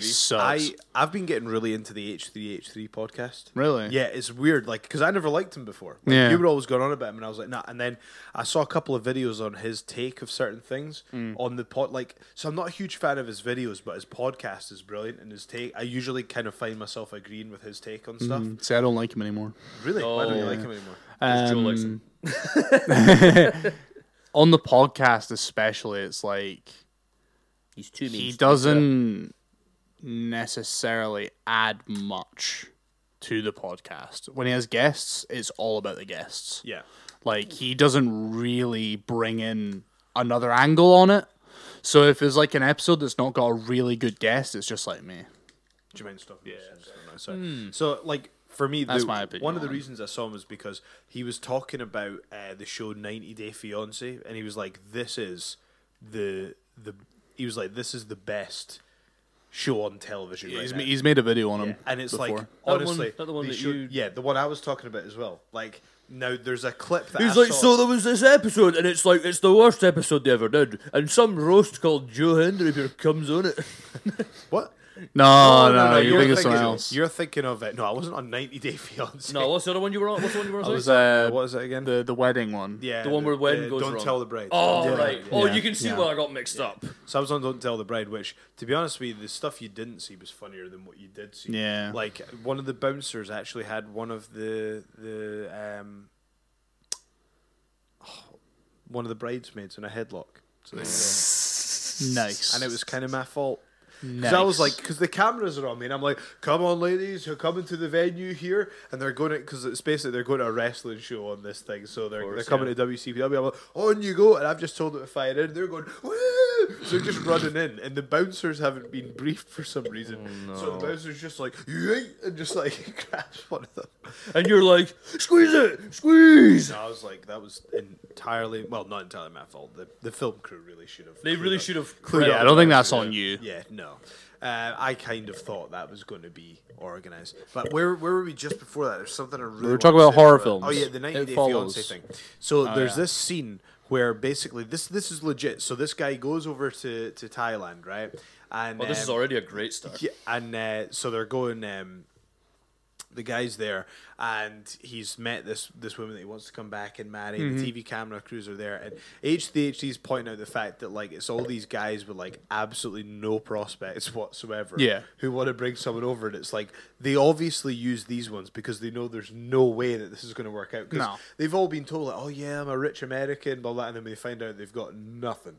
I sucks. I've been getting really into the H3H3 podcast. Really? Yeah, it's weird. Like, because I never liked him before. Like, Yeah. You were always going on about him, and I was like, nah. And then I saw a couple of videos on his take of certain things Mm. on the pod. Like, so I'm not a huge fan of his videos, but his podcast is brilliant, and his take. I usually kind of find myself agreeing with his take on stuff. See, I don't like him anymore. Really, why don't you Oh. like him anymore? 'Cause Joe likes him. On the podcast, especially, it's like He's too mean. he to- doesn't necessarily add much to the podcast. When he has guests, it's all about the guests. Yeah, Like he doesn't really bring in another angle on it. So if there's like an episode that's not got a really good guest, it's just like me. Jermaine Stockton. Yeah, sorry. Hmm. So, like for me, That's the- my opinion One of on the him. reasons I saw him was because he was talking about uh, the show 90 Day Fiance, and he was like, "This is the the." He was like, "This is the best show on television." right He's, now." ma- he's made a video on him, and it's like <laughs> before. one- honestly, that the one they that should- you- yeah, the one I was talking about as well. Like now, there's a clip that He's I like, saw- so there was this episode, and it's like it's the worst episode they ever did, and some roast called Joe Hendry here comes on it. what? Oh, Oh, no, no, no, you're you're thinking thinking- something else. You're thinking of it. No, I wasn't on 90 Day Fiance. No, what's the other one you were on? What's the one you were on? It was sorry? uh, what is it again? the the wedding one. <laughs> yeah, the one where wedding goes Don't wrong. tell the bride. oh Yeah. right. Oh, yeah, you can see yeah. where I got mixed up. So I was on Don't Tell the Bride, which, to be honest with you, the stuff you didn't see was funnier than what you did see. Yeah. Like, one of the bouncers actually had one of the, the um, oh, one of the bridesmaids in a headlock. So there you go. Nice. and it was kind of my fault. Because Nice. I was like, because the cameras are on me, and I'm like, come on, ladies, you're coming to the venue here, and they're going to, because it's basically they're going to a wrestling show on this thing, so they're, they're coming to WCPW. I'm like, on you go, and I've just told them to fire in, they're going, Woo! so just running in, and the bouncers haven't been briefed for some reason, Oh, so the bouncer's just like, "Yeah," and just like <laughs> grabs one of them. And you're like, squeeze it, squeeze. And I was like, that was entirely, well, not entirely my fault. The the film crew really should have. They really cleared up. should have. yeah, I don't think that's on you. Yeah, no. Uh, I kind of thought that was going to be organized, but where where were we just before that? There's something I really were talking wanted to say about horror Oh films. yeah, the 90 It Day Fiance follows. Oh, thing. So there's yeah. this scene where basically this this is legit. So this guy goes over to, to Thailand, right? And Oh, Well, this is um, already a great start. yeah, and uh, so they're going. Um, the guy's there, and he's met this this woman that he wants to come back and marry. Mm-hmm. The TV camera crews are there, and HDHD's pointing out the fact that like it's all these guys with like absolutely no prospects whatsoever. Yeah. who want to bring someone over, and it's like they obviously use these ones because they know there's no way that this is going to work out. 'cause No. they've all been told like, oh yeah, I'm a rich American, blah blah, and then when they find out they've got nothing.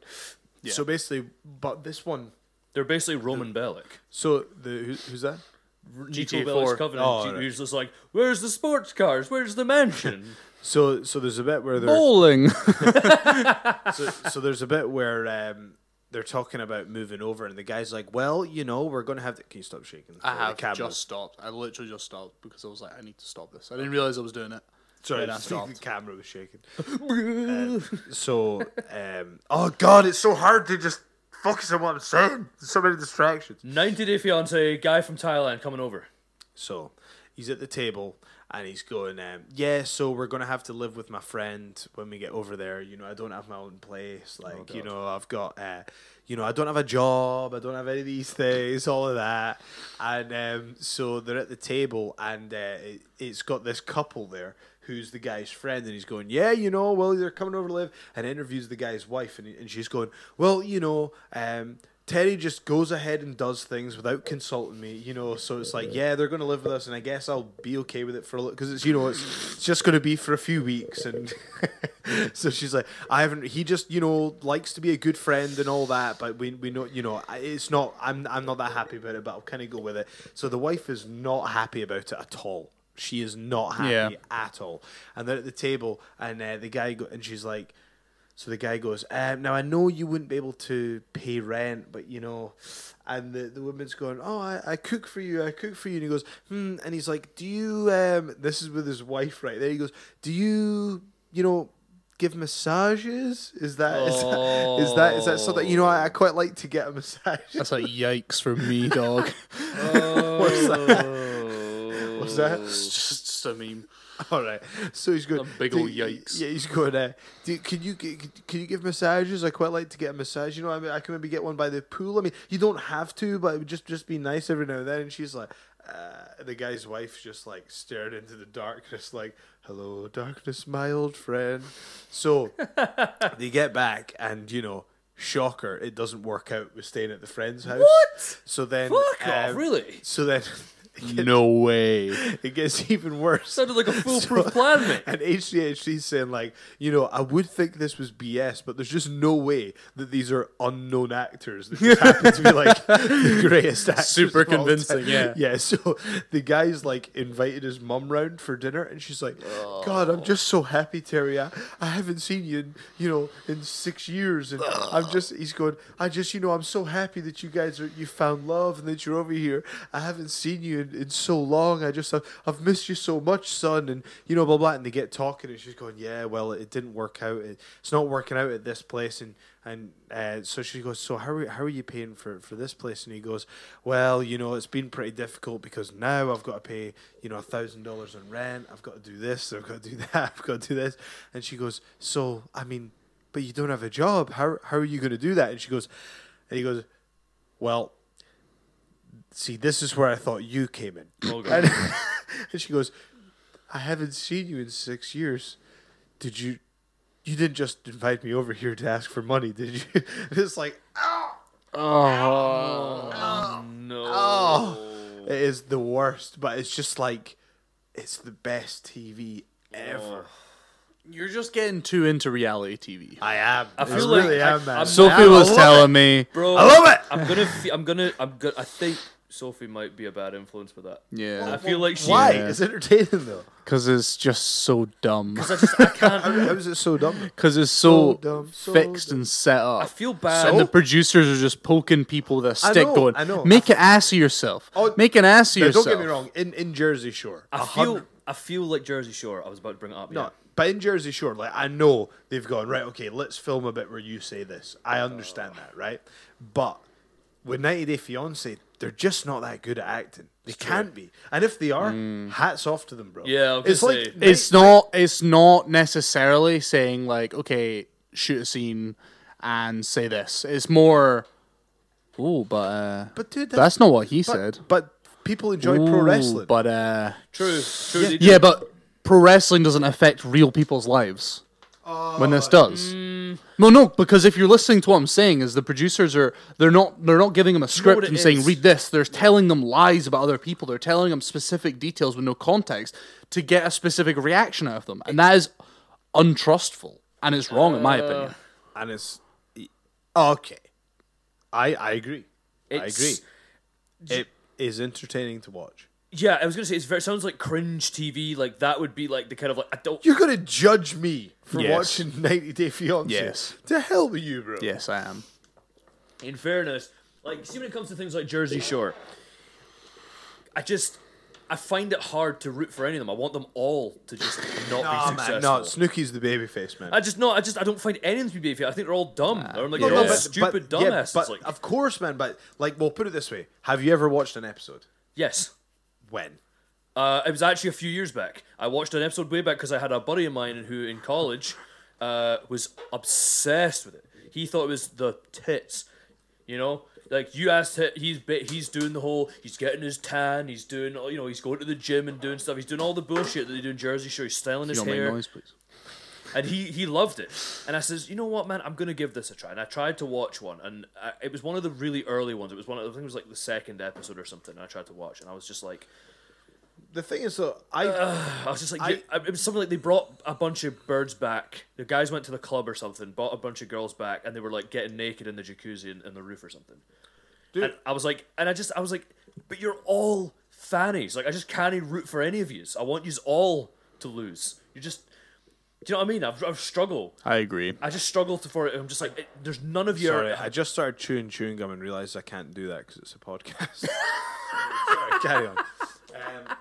So basically, but this one. They're basically Roman Bellic. So the who, who's that? GTA GTA 4. Bellic's Covenant. Oh, G- right. He was just like, where's the sports cars? Where's the <laughs> mansion? So so there's a bit where they're Bowling. <laughs> so, so there's a bit where um, they're talking about moving over, and the guy's like, "Well, you know, we're gonna have to." Can you stop shaking? I the have camera? just stopped. I literally just stopped because I was like, I need to stop this. I didn't realize I was doing it. sorry, Wait, <laughs> I the stopped. camera was shaking. Um, so, um, oh god, it's so hard to just focus on what I'm saying. There's so many distractions. 90 Day Fiance, guy from Thailand coming over. So he's at the table and he's going, um, Yeah, so we're going to have to live with my friend when we get over there. You know, I don't have my own place. Like, you know, I've got, uh, you know, I don't have a job. I don't have any of these things, all of that. And um, so they're at the table and uh, it, it's got this couple there who's the guy's friend and he's going yeah you know well they're coming over to live and interviews the guy's wife and, and she's going well you know um, Terry just goes ahead and does things without consulting me, you know. So it's like, yeah, they're going to live with us, and I guess I'll be okay with it for a little because it's you know it's, it's just going to be for a few weeks. And <laughs> so she's like, I haven't. He just you know likes to be a good friend and all that, but we we know you know I- it's not. I'm I'm not that happy about it, but I'll kind of go with it. So the wife is not happy about it at all. She is not happy Yeah. at all. And they're at the table, and uh, the guy go, and she's like. So the guy goes, um, "Now I know you wouldn't be able to pay rent, but you know." And the, the woman's going, "Oh, I, I cook for you. I cook for you." And he goes, "Hmm." And he's like, "Do you?" Um, this is with his wife right there. He goes, "Do you? You know, give massages? Is that is that is that is that something? You know, I, I quite like to get a massage." <laughs> That's like yikes for <laughs> me, dog. What's that? What's that? it's just, just a meme. All right. So he's going. A big "Do- ol' yikes." Yeah, he's going. Uh, do, can you g- can you give massages? I quite like to get a massage. You know, I mean, I can maybe get one by the pool. I mean, you don't have to, but it would just just be nice every now and then. And she's like, uh, the guy's wife just like stared into the darkness, like, hello, darkness, my old friend. <laughs> So they get back, and you know, shocker, it doesn't work out with staying at the friend's house. What? So then, Fuck off, um, really? So then <laughs> it gets, No way. it gets even worse. Sounded <laughs> like a foolproof plan, mate. And HCHC's saying, like, you know, I would think this was BS, but there's just no way that these are unknown actors that just happen to be like the greatest actors. Super of all convincing, time. yeah. <laughs> Yeah, so the guy's like invited his mum round for dinner, and she's like, God, I'm just so happy, Terry. I, I haven't seen you in, you know, in six years. And I'm just, he's going, I just, you know, I'm so happy that you guys are, you found love and that you're over here. I haven't seen you in, in so long. I just, I've, I've missed you so much, son. And, you know, blah, blah. And they get talking, and she's going, Yeah, well, it didn't work out. It, it's not working out at this place. And, and uh, so she goes, so how are, how are you paying for, for this place? And he goes, well, you know, it's been pretty difficult because now I've got to pay, you know, a thousand dollars in rent. I've got to do this. <laughs> I've got to do that. I've got to do this. And she goes, so I mean, but you don't have a job. How how are you going to do that? And she goes, and he goes, well, see, this is where I thought you came in. <laughs> Oh, God. And, and she goes, I haven't seen you in six years. Did you? You didn't just invite me over here to ask for money, <laughs> did you? And it's like, Uh-huh. No. it is the worst, but it's just like, it's the best TV ever. You're just getting too into reality TV. I am. I, feel like really I- am, man. I'm- Sophie I was love telling me. Bro, I love it. I'm gonna, fe- I'm gonna, I'm good. I think Sophie might be a bad influence with that. Yeah. I feel like she. Why? Yeah. It's entertaining though. Because it's just so dumb. 'cause I just, I How, can't. how is it so dumb? Because it's so, So dumb, so fixed dumb. and set up. I feel bad. and the producers are just poking people with a stick, know, going, I know. "Make an ass of yourself. Oh, Make an ass of Now, yourself." don't get me wrong. In in Jersey Shore, I <laughs> a feel, hundred- I feel like Jersey Shore. I was about to bring it up. no. yeah. But in Jersey Shore, like I know they've gone right. Okay, let's film a bit where you say this. I understand that, right? But with 90 Day Fiance, they're just not that good at acting. They can't be. And if they are, hats off to them, bro. Yeah, I was it's gonna like say. Mm. It's not. It's not necessarily saying like, "Okay, shoot a scene and say this." It's more. Oh, but uh, But dude, that's, not what he but- said. But people enjoy pro Ooh, wrestling. But uh, True. True. they do. yeah, but pro wrestling doesn't affect real people's lives. when Uh, this does, mm. no, no, because if you're listening to what I'm saying, is the producers are they're not they're not giving them a know script what it and saying is? read this. They're telling them lies about other people. They're telling them specific details with no context to get a specific reaction out of them, and that is untrustful and it's wrong in Uh, my opinion. and it's okay. I I agree. I It's- agree. It is entertaining to watch. Yeah, I was gonna say it's very, sounds like cringe TV. Like that would be like the kind of like I don't. You're gonna judge me for Yes. watching 90 Day Fiance. Yes. To hell with you, bro. Yes, I am. in fairness, like see when it comes to things like Jersey Shore, I just I find it hard to root for any of them. I want them all to just Nah, not be Ah, man, successful. no, Snooki's the babyface, man. I just no, I just I don't find any of them to be fair. I think they're all dumb. They're like No, they're all no, but- stupid but- yeah, dumbasses. but like of course, man. But like, we'll put it this way: Have you ever watched an episode? yes. When? Uh, it was actually a few years back. I watched an episode way back because I had a buddy of mine who, in college, uh, was obsessed with it. He thought it was the tits, you know. Like you asked, hi- he's ba- he's doing the whole, he's getting his tan, he's doing, all- you know, he's going to the gym and doing stuff. He's doing all the bullshit that they do in Jersey Shore. He's styling his You don't make hair, noise, please. and he he loved it. And I says, you know what, man, I'm gonna give this a try. And I tried to watch one, and I, it was one of the really early ones. It was one, of, I think it was like the second episode or something. And I tried to watch, and I was just like, The thing is, though, I Uh, I was just like, I- I, it was something like they brought a bunch of birds back. The guys went to the club or something, bought a bunch of girls back, and they were like getting naked in the jacuzzi in, in the roof or something. And I was like, and I just, I was like, but you're all fannies. Like, I just can't root for any of yous. I want yous all to lose. You just, do you know what I mean? I've, I've struggled. I agree. I just struggled to- for it. I'm just like, it, there's none of you. sorry, I just started chewing chewing gum and realized I can't do that because it's a <laughs> podcast. sorry, carry on. Um,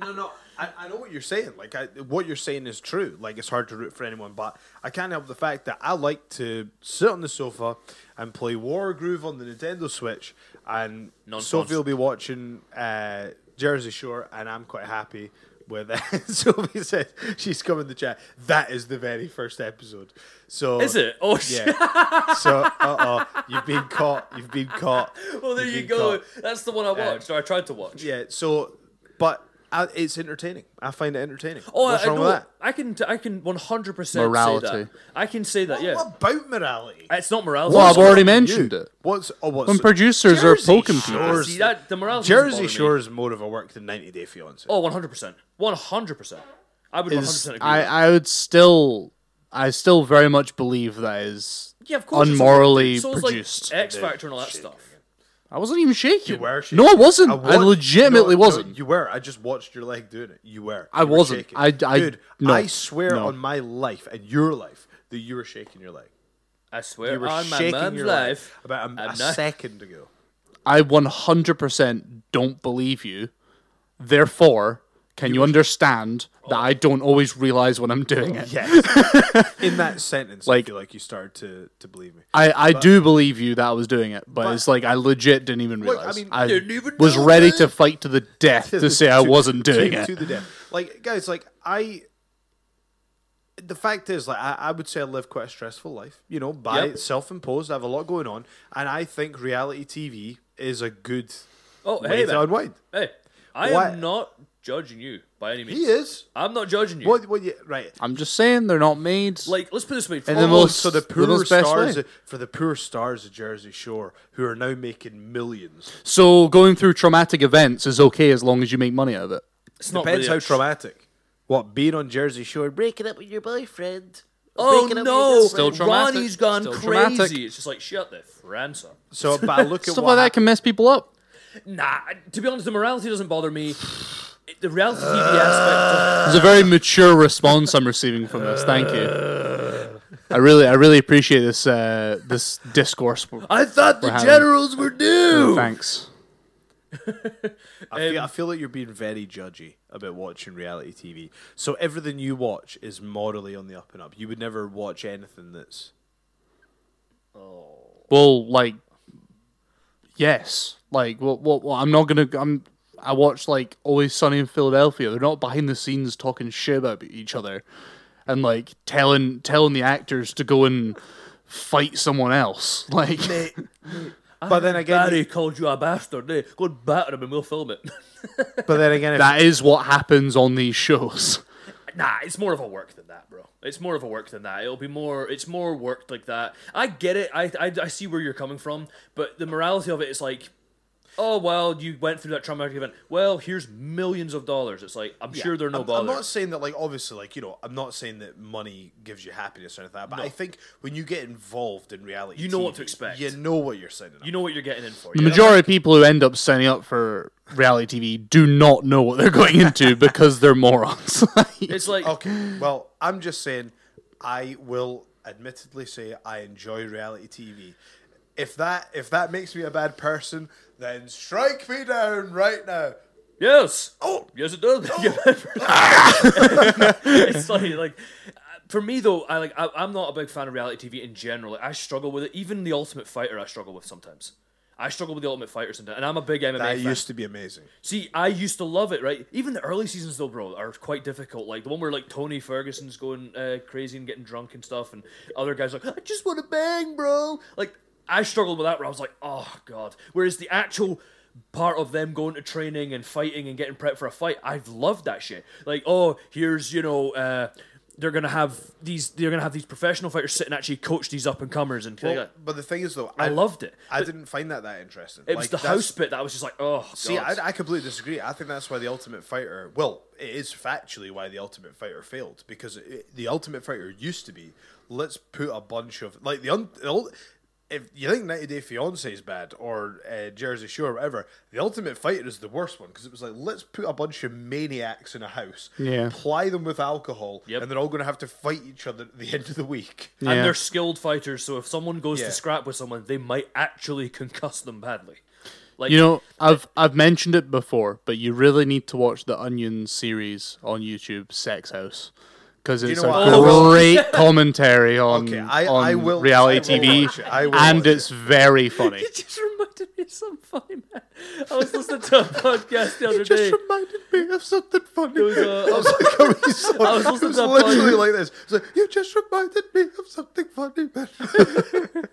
no, no, I, I know what you're saying. Like, I, what you're saying is true. Like, it's hard to root for anyone, but I can't help the fact that I like to sit on the sofa and play War Groove on the Nintendo Switch, and Non-constant. Sophie will be watching uh, <laughs> Jersey Shore, and I'm quite happy where that Sophie says she's come in the chat. That is the very first episode. So Is it? Oh <laughs> shit! Yeah. so uh oh, you've been caught. You've been caught. Well, Oh, there You've you been go. caught. That's the one I watched, or I tried to watch. Yeah. So, but uh, it's entertaining. I find it entertaining. Oh, What's I, wrong I know. with that? I can. I can. One hundred percent. Say that. Morality. I can say that. Yeah. What about morality? It's not morality. Well, it's I've not- already mentioned it. What's oh what's When producers are Jersey poking people. Shores. See that the morality. doesn't bother Jersey me. Shore is more of a work than 90 Day Fiance. Oh, 100 percent. One hundred percent. I would one hundred Is, percent agree. I, with that. I would still, I still very much believe that is yeah, of course. it's unmorally so it's produced. Like eh, X Factor and all that stuff. I wasn't even shaking. You were shaking. No, I wasn't. I, wa- legitimately No, no, wasn't. you were. I just watched your leg doing it. You were. I You were wasn't. shaking. I- I- Dude, no. I swear No. on my life and your life that you were shaking your leg. I swear You were on my shaking man's your life. leg about a, a I'm not- second ago. I 100% don't believe you. Therefore, can you understand that I don't always realize when I'm doing it? Yes. In that sentence, I Like- feel like you started to, to believe me. I, I do believe you that I was doing it, but, it's like I legit didn't even Look, I realize. mean, I didn't even was know, ready man. to fight to the <laughs> death to say I wasn't doing to, To it. the death. Like, guys, like, I. The fact is, like, I, I would say I live quite a stressful life, you know, by Yep. self imposed. I have a lot going on. And I think reality TV is a good Oh, way hey, to man. unwind. hey. I Why- am not judging you by any means. He is. I'm not judging you. What, what, you- right. Oh, I'm just saying they're not made. Like, let's put it this way. And the all- most- so the the poor most best stars way. for the poor stars of Jersey Shore who are now making millions. so going through traumatic events is okay as long as you make money out of it. it's not Depends really a how traumatic. What being on Jersey Shore, breaking up with your boyfriend. Oh breaking up with your no! girlfriend. Still traumatic. Ronnie's gone Still crazy. traumatic. It's just like shut the France up. So, but I look at Stuff what like that can mess people up. Nah, to be honest, the morality doesn't bother me. It- The reality TV aspect. It's a very mature response I'm receiving from this. Thank you. I really, I really appreciate this uh, this discourse. I thought the having- generals were due. Thanks. I Um, feel, I feel like you're being very judgy about watching reality TV. So everything you watch is morally on the up and up. You would never watch anything that's Well, like, yes, like, well, well, well, I'm not gonna. I'm. I watch like Always Sunny in Philadelphia. They're not behind the scenes talking shit about each other, and like telling telling the actors to go and fight someone else. <laughs> Like, But then <sighs> again, Barry called you a bastard. eh? Go and batter him, and we'll film it. <laughs> but then <laughs> again, if, that is what happens on these shows. nah, it's more of a work than that, bro. It's more of a work than that. It'll be more. It's more worked like that. I get it. I I, I see where you're coming from, but the morality of it is like. Oh well, you went through that traumatic event. Well, here's millions of dollars. It's like I'm sure they're no I'm, bother. I'm not saying that, like, obviously, like, you know, I'm not saying that money gives you happiness or anything like that, but I think when you get involved in reality, You know what to TV, expect. You know what you're signing up You know what you're getting in for. The yeah? majority of people who end up signing up for reality TV do not know what they're going <laughs> into because they're <laughs> morons. It's like Okay. Well, I'm just saying, I will admittedly say I enjoy reality TV. If that if that makes me a bad person, then strike me down right now. yes, Oh, yes, it does. <laughs> <laughs> it's funny. Like uh, for me though, I like I, I'm not a big fan of reality TV in general. Like, I struggle with it. Even the Ultimate Fighter, I struggle with sometimes. I struggle with the Ultimate Fighter sometimes, and I'm a big MMA that fan. used to be amazing. See, I used to love it, right? Even the early seasons, though, bro, are quite difficult. Like the one where like Tony Ferguson's going uh, crazy and getting drunk and stuff, and other guys are like, I just want to bang, bro. Like I struggled with that, where I was like, oh god. Whereas the actual part of them going to training and fighting and getting prepped for a fight, I've loved that shit. Like, oh, here's you know. Uh, they're gonna have these. They're gonna have these professional fighters sit and actually coach these up and comers, and Well, but the thing is, though, I, I loved it. I But didn't find that that interesting. It was the that's- house bit that I was just like, oh. See, God. I, I completely disagree. I think that's why the Ultimate Fighter. Well, it is factually why the Ultimate Fighter failed because it, the Ultimate Fighter used to be let's put a bunch of like the un, the ul- if you think 90 Day Fiance is bad or uh, Jersey Shore or whatever, the Ultimate Fighter is the worst one because it was like let's put a bunch of maniacs in a house, Yeah. ply them with alcohol, Yep. and they're all going to have to fight each other at the <laughs> end of the week. Yeah. And they're skilled fighters, so if someone goes Yeah. to scrap with someone, they might actually concuss them badly. Like You <laughs> know, I've I've mentioned it before, but you really need to watch the Onion series on YouTube, Sex House, because it's know what? a I will- <laughs> great commentary on, Okay, I- on I will- I reality will TV, watch it. I will and watch it. <laughs> it's very funny. it just reminded me of some funny man. I was listening to a podcast <laughs> the other day. Just reminded me of something funny. It was, uh, I was- Like a wee song. I was It listening to that literally podcast. like this. It's like, you just reminded me of something funny, man.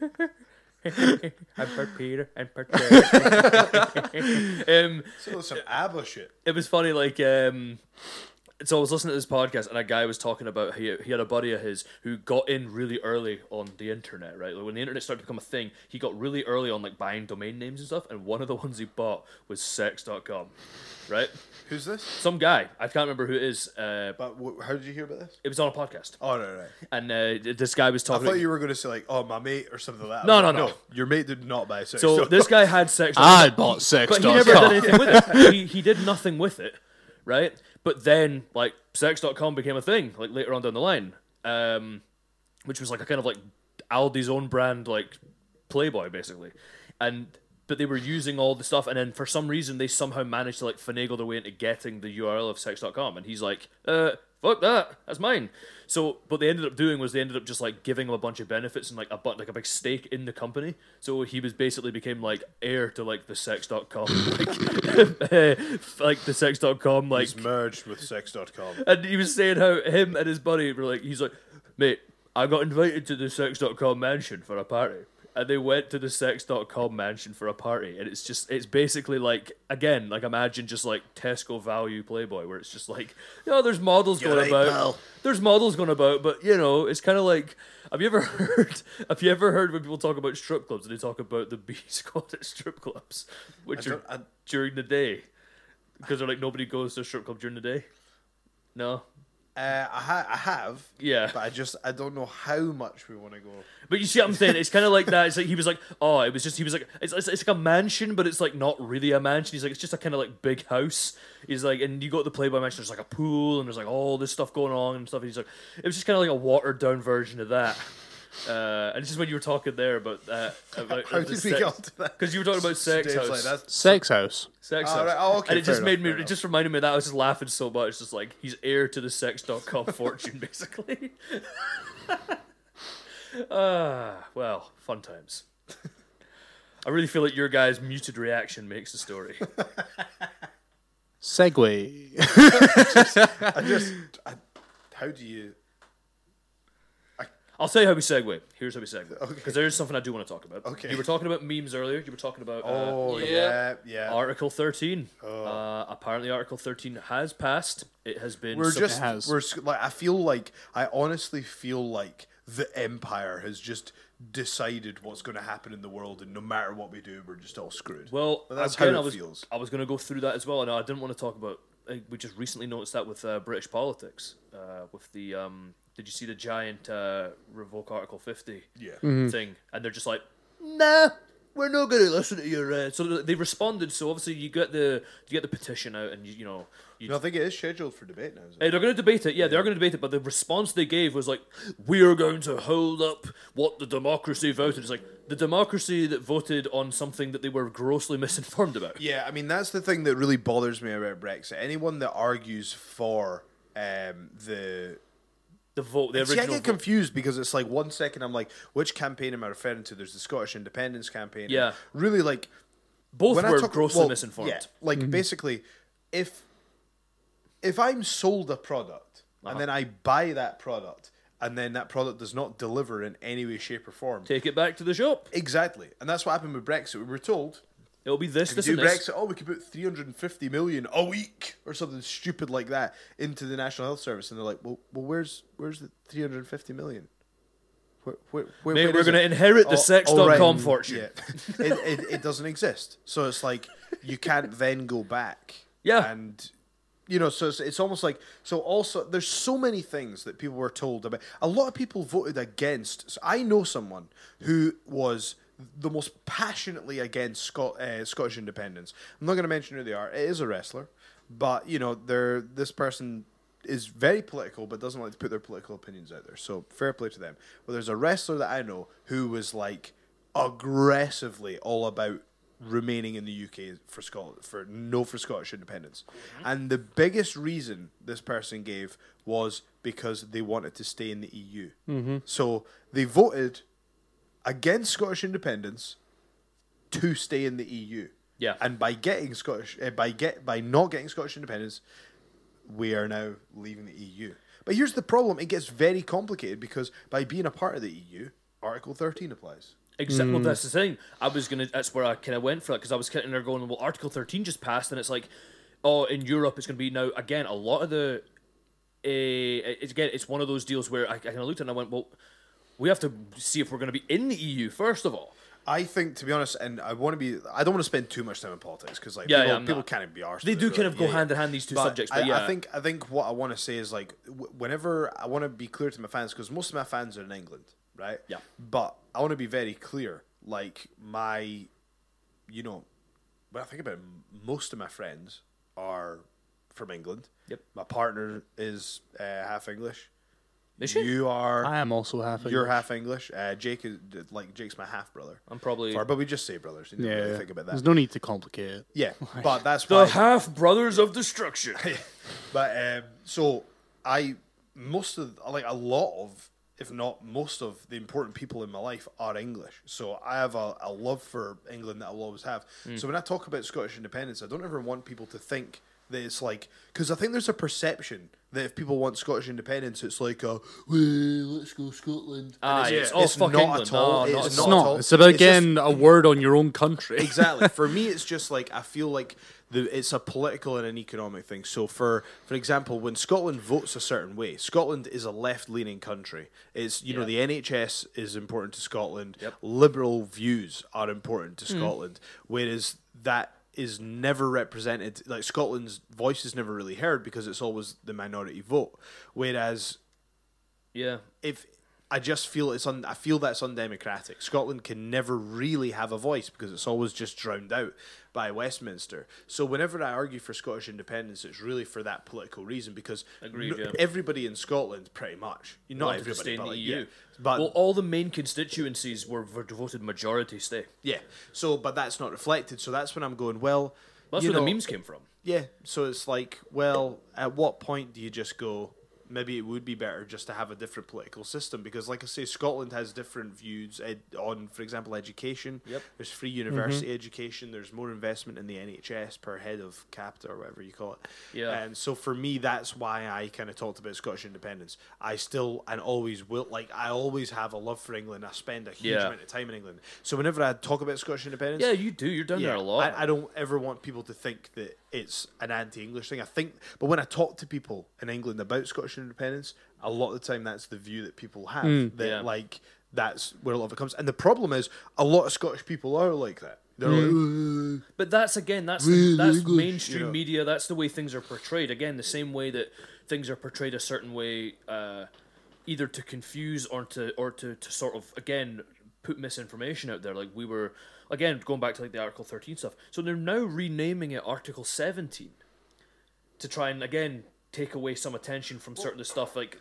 I'm for Peter. I'm for Peter. <laughs> um, "Oh, some ABBA shit. it was funny, like um. So I was listening to this podcast, and a guy was talking about he he had a buddy of his who got in really early on the internet, right? Like when the internet started to become a thing, he got really early on like buying domain names and stuff. And one of the <laughs> ones he bought was sex.com, right? Who's this? Some guy I can't remember who it is. Uh, But wh- how did you hear about this? it was on a podcast, Oh no, right. and uh, this guy was I talking. thought about- you were going to say like, "Oh, my mate" or something like that. No, I was no, like, Your mate did not buy sex. <laughs> <laughs> So this guy had sex. I bought Ah, sex. But he never did anything with it. He, he did nothing with it, right? But then, like, sex.com became a thing, like, later on down the line, um, which was, like, a kind of, like, Aldi's own brand, like, Playboy, basically. And, but they were using all the stuff, and then for some reason, they somehow managed to, like, finagle their way into getting the URL of sex.com. And he's like, uh, fuck that, that's mine. So, what they ended up doing was they ended up just like giving him a bunch of benefits and like a bu- like a big stake in the company. So he was basically became like heir to like the sex.com, <laughs> like, eh, like the sex.com, like. He's merged with sex.com. And he was saying how him and his buddy were like, he's like, mate, I got invited to the sex.com mansion for a party. And they went to the sex.com mansion for a party. And it's just, it's basically like, again, like imagine just like Tesco value Playboy, where it's just like, you know, there's models going right, about. pal. There's models going about, but you know, it's kind of like, have you ever <laughs> heard, have you ever heard when people talk about strip clubs and they talk about the <laughs> B squad at strip clubs, which are don't- I- during the day? Because they're like, nobody goes to a strip club during the day. No. Uh, I, ha- I have. Yeah. But I just I don't know how much we want to go. But you see what I'm saying? It's kind of like that. It's like he was like, oh, it was just he was like, it's, it's, it's like a mansion, but it's like not really a mansion. He's like, it's just a kind of like big house. He's like, and you go to the Playboy Mansion. There's like a pool, and there's like all this stuff going on and stuff. And he's like, it was just kind of like a watered down version of that. Uh, and it's just when you were talking there about that. About How did we get <laughs> onto that? Because you were talking about sex Dave's house. like, that's Sex house. sex Oh, house. right. Oh, okay, and it fair just made enough, me, fair it just reminded me of that. I was just laughing so much. Just like, he's heir to the sex.com fortune, <laughs> basically. Ah, well, fun times. I really feel like your guy's muted reaction makes <laughs> the story. Segway. I just I, how do you I'll tell you how we segue. Here's how we segue. Because Okay. there is something I do want to talk about. Okay. You were talking about memes earlier. You were talking about uh, Oh yeah, Oh. yeah. Article 13. Uh, apparently, Article 13 has passed. It has been. we're sub- just has. we're sc- like I feel like I honestly feel like the empire has just decided what's going to happen in the world, and no matter what we do, we're just all screwed. Well, But that's again, how it I was, feels. I was going to go through that as well, and I didn't want to talk about. I- We just recently noticed that with uh, British politics, uh, with the um, did you see the giant uh, revoke Article Fifty Yeah. thing, and they're just like, Eh, nah, we're not going to listen to your. Uh. So they responded. So obviously you get the you get the petition out, and you you know you No, I think it is scheduled for debate now. Isn't it? Hey, they're going to debate it. Yeah, they're going to debate it. But the response they gave was like, "We are going to hold up what the democracy voted." It's like the democracy that voted on something that they were grossly misinformed about. Yeah, I mean that's the thing that really bothers me about Brexit. Anyone that argues for um, the The vote, the See, I original. get vote. confused because it's like one second I'm like, which campaign am I referring to? There's the Scottish Independence campaign. Yeah. really like Both when I were talk grossly well, misinformed. yeah, like basically, if if I'm sold a product Uh-huh. and then I buy that product and then that product does not deliver in any way, shape, or form, Take it back to the shop. exactly, and that's what happened with Brexit. We were told It'll be this, to this, do and this. Brexit, oh, we could put 350 million a week or something stupid like that into the National Health Service, and they're like, well, well where's where's the 350 million? Where, where, where, Mate, where we're is it? gonna inherit the Oh, sex.com oh, right. fortune. Yeah. <laughs> it, it, it doesn't exist, so it's like you can't then go back. Yeah. and you know, so it's, it's almost like so. Also, there's so many things that people were told about. A lot of people voted against. So I know someone who was the most passionately against Scot- uh, Scottish independence. I'm not going to mention who they are. It is a wrestler, but you know, they're this person is very political, but doesn't like to put their political opinions out there. So fair play to them. But there's a wrestler that I know who was like aggressively all about remaining in the UK for Scotland for no for Scottish independence. And the biggest reason this person gave was because they wanted to stay in the EU. So they voted against Scottish independence to stay in the EU. Yeah. And by getting Scottish, uh, by get by not getting Scottish independence, we are now leaving the EU. But here's the problem: it gets very complicated because by being a part of the EU, Article 13 applies. Exactly. Well, that's the thing. I was gonna. That's where I kind of went for that because I was kind of there going, well, Article Thirteen just passed, and it's like, oh, in Europe, it's gonna be now again a lot of the. Uh, it's again, it's one of those deals where I, I kind of looked at it and I went, well, we have to see if we're gonna be in the EU first of all. I think, to be honest, and I want to be, I don't want to spend too much time in politics because like Yeah, people, yeah, I'm people not- can't be arsed. They with do it, kind like, of go yeah, yeah. hand in hand these two subjects, but I, yeah, I think I think what I want to say is like w- whenever I want to be clear to my fans because most of my fans are in England, right? Yeah. But I want to be very clear. Like my, you know, when I think about it, m- most of my friends are from England. Yep. My partner is uh, half English. Is she? You are. I am also happy. You're half English. Uh, Jake is like Jake's my half brother. I'm probably- Far- but we just say brothers. You don't Yeah, really think about that. There's no need to complicate it. <laughs> yeah, but that's the why. half brothers <laughs> of destruction. But um, so I most of like a lot of if not most of the important people in my life are English. So I have a, a love for England that I'll always have. Hmm. So when I talk about Scottish independence, I don't ever want people to think that it's like because I think there's a perception that if people want Scottish independence, it's like a "Well, let's go Scotland. And Ah, it's, yeah, it's all fuck England. No, no, it's it's It's not. At all. not. It's about just- getting a word on your own <laughs> country. exactly. For me, it's just like I feel like the, it's a political and an economic thing. So, for for example, when Scotland votes a certain way, Scotland is a left leaning country. It's you know the NHS is important to Scotland. Liberal views are important to Scotland, whereas that is never represented. Like Scotland's voice is never really heard because it's always the minority vote. Whereas yeah. if I just feel it's un, I feel that's undemocratic. Scotland can never really have a voice because it's always just drowned out by Westminster. So whenever I argue for Scottish independence, it's really for that political reason because Agreed, no- yeah. everybody in Scotland, pretty much, not wanted to everybody, stay in but the like, EU. yeah, but well, oh all the main constituencies were v- voted majority stay. yeah. So, but that's not reflected. So that's when I'm going. Well, That's you where know, the memes came from. Yeah. So it's like, well, at what point do you just go? Maybe it would be better just to have a different political system because, like I say, Scotland has different views ed- on, for example, education. Yep. Mm-hmm. There's free university education. There's more investment in the NHS per head of capita or whatever you call it. Yeah. And so for me, that's why I kind of talked about Scottish independence. I still and always will like. I always have a love for England. I spend a huge Yeah. amount of time in England. So whenever I talk about Scottish independence, Yeah, you do. You're down there a lot. I, I don't ever want people to think that it's an anti-English thing. I think, but when I talk to people in England about Scottish independence, a lot of the time that's the view that people have. that Yeah. like that's where a lot of it comes. And the problem is, a lot of Scottish people are like that. They're Hmm. like, "Ugh." But that's again, that's the, that's mainstream media. That's the way things are portrayed. Again, the same way that things are portrayed a certain way, uh, either to confuse or to or to, to sort of again put misinformation out there. Like we were again going back to like the Article Thirteen stuff. So they're now renaming it Article Seventeen to try and again take away some attention from certain stuff like.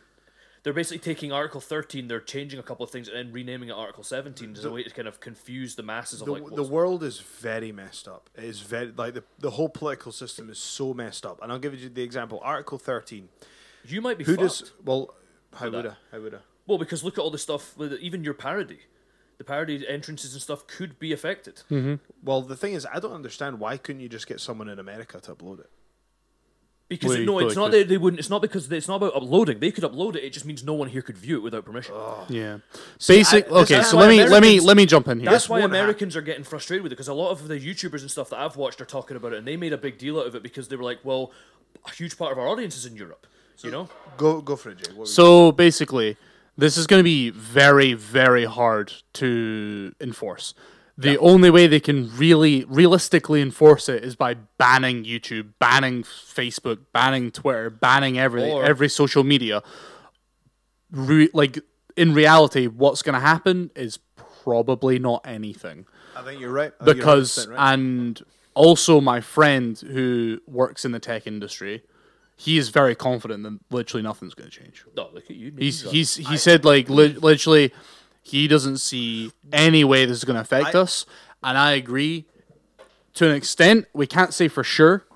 They're basically taking Article thirteen, they're changing a couple of things and then renaming it Article seventeen as a way to kind of confuse the masses of the, like the what's world is very messed up. It is very like the, the whole political system is so messed up. And I'll give you the example: Article Thirteen. you might be Who fucked. does well? How would I? that. How would I? Well, because look at all the stuff with even your parody. The parody entrances and stuff could be affected. Hmm. Well, the thing is, I don't understand why couldn't you just get someone in America to upload it. Because Well, you no, feel it's like not the- that they wouldn't. It's not because they- it's not about uploading. They could upload it. It just means no one here could view it without permission. <laughs> Yeah. Basic. I- this okay. is So why let me let me Americans- let me jump in here. That's why won't happen. Americans are getting frustrated with it because a lot of the YouTubers and stuff that I've watched are talking about it, and they made a big deal out of it because they were like, "Well, a huge part of our audience is in Europe." you know, Go go for it, Jay. What were you- So basically, this is going to be very, very hard to enforce. The only way they can really realistically enforce it is by banning YouTube, banning Facebook, banning Twitter, banning every Or- every social media. Re- like in reality, what's going to happen is probably not anything I think you're right. I think Oh, you're because 100% right. and also my friend who works in the tech industry, he is very confident that literally nothing's going to change. no, Oh, look at you. He's ninja. he's he said like li- literally, he doesn't see any way this is going to affect I- us, and I agree to an extent. We can't say for sure,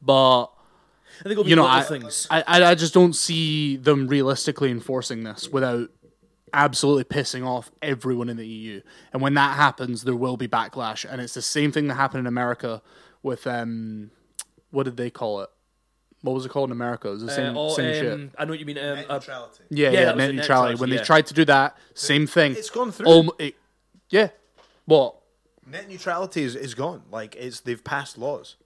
but I think it'll be you know, little I, things. I I I just don't see them realistically enforcing this without absolutely pissing off everyone in the EU. And when that happens, there will be backlash. And it's the same thing that happened in America with um, what did they call it? What was it called in America? It was the same, Uh, oh, same shit. um, I know what you mean. Um, uh, Neutrality. Yeah, Yeah, yeah, that was net it, net neutrality. neutrality, When they yeah. tried to do that, same thing. It's gone through. Alm- it- yeah. Well, Net neutrality is, is gone. Like it's they've passed laws.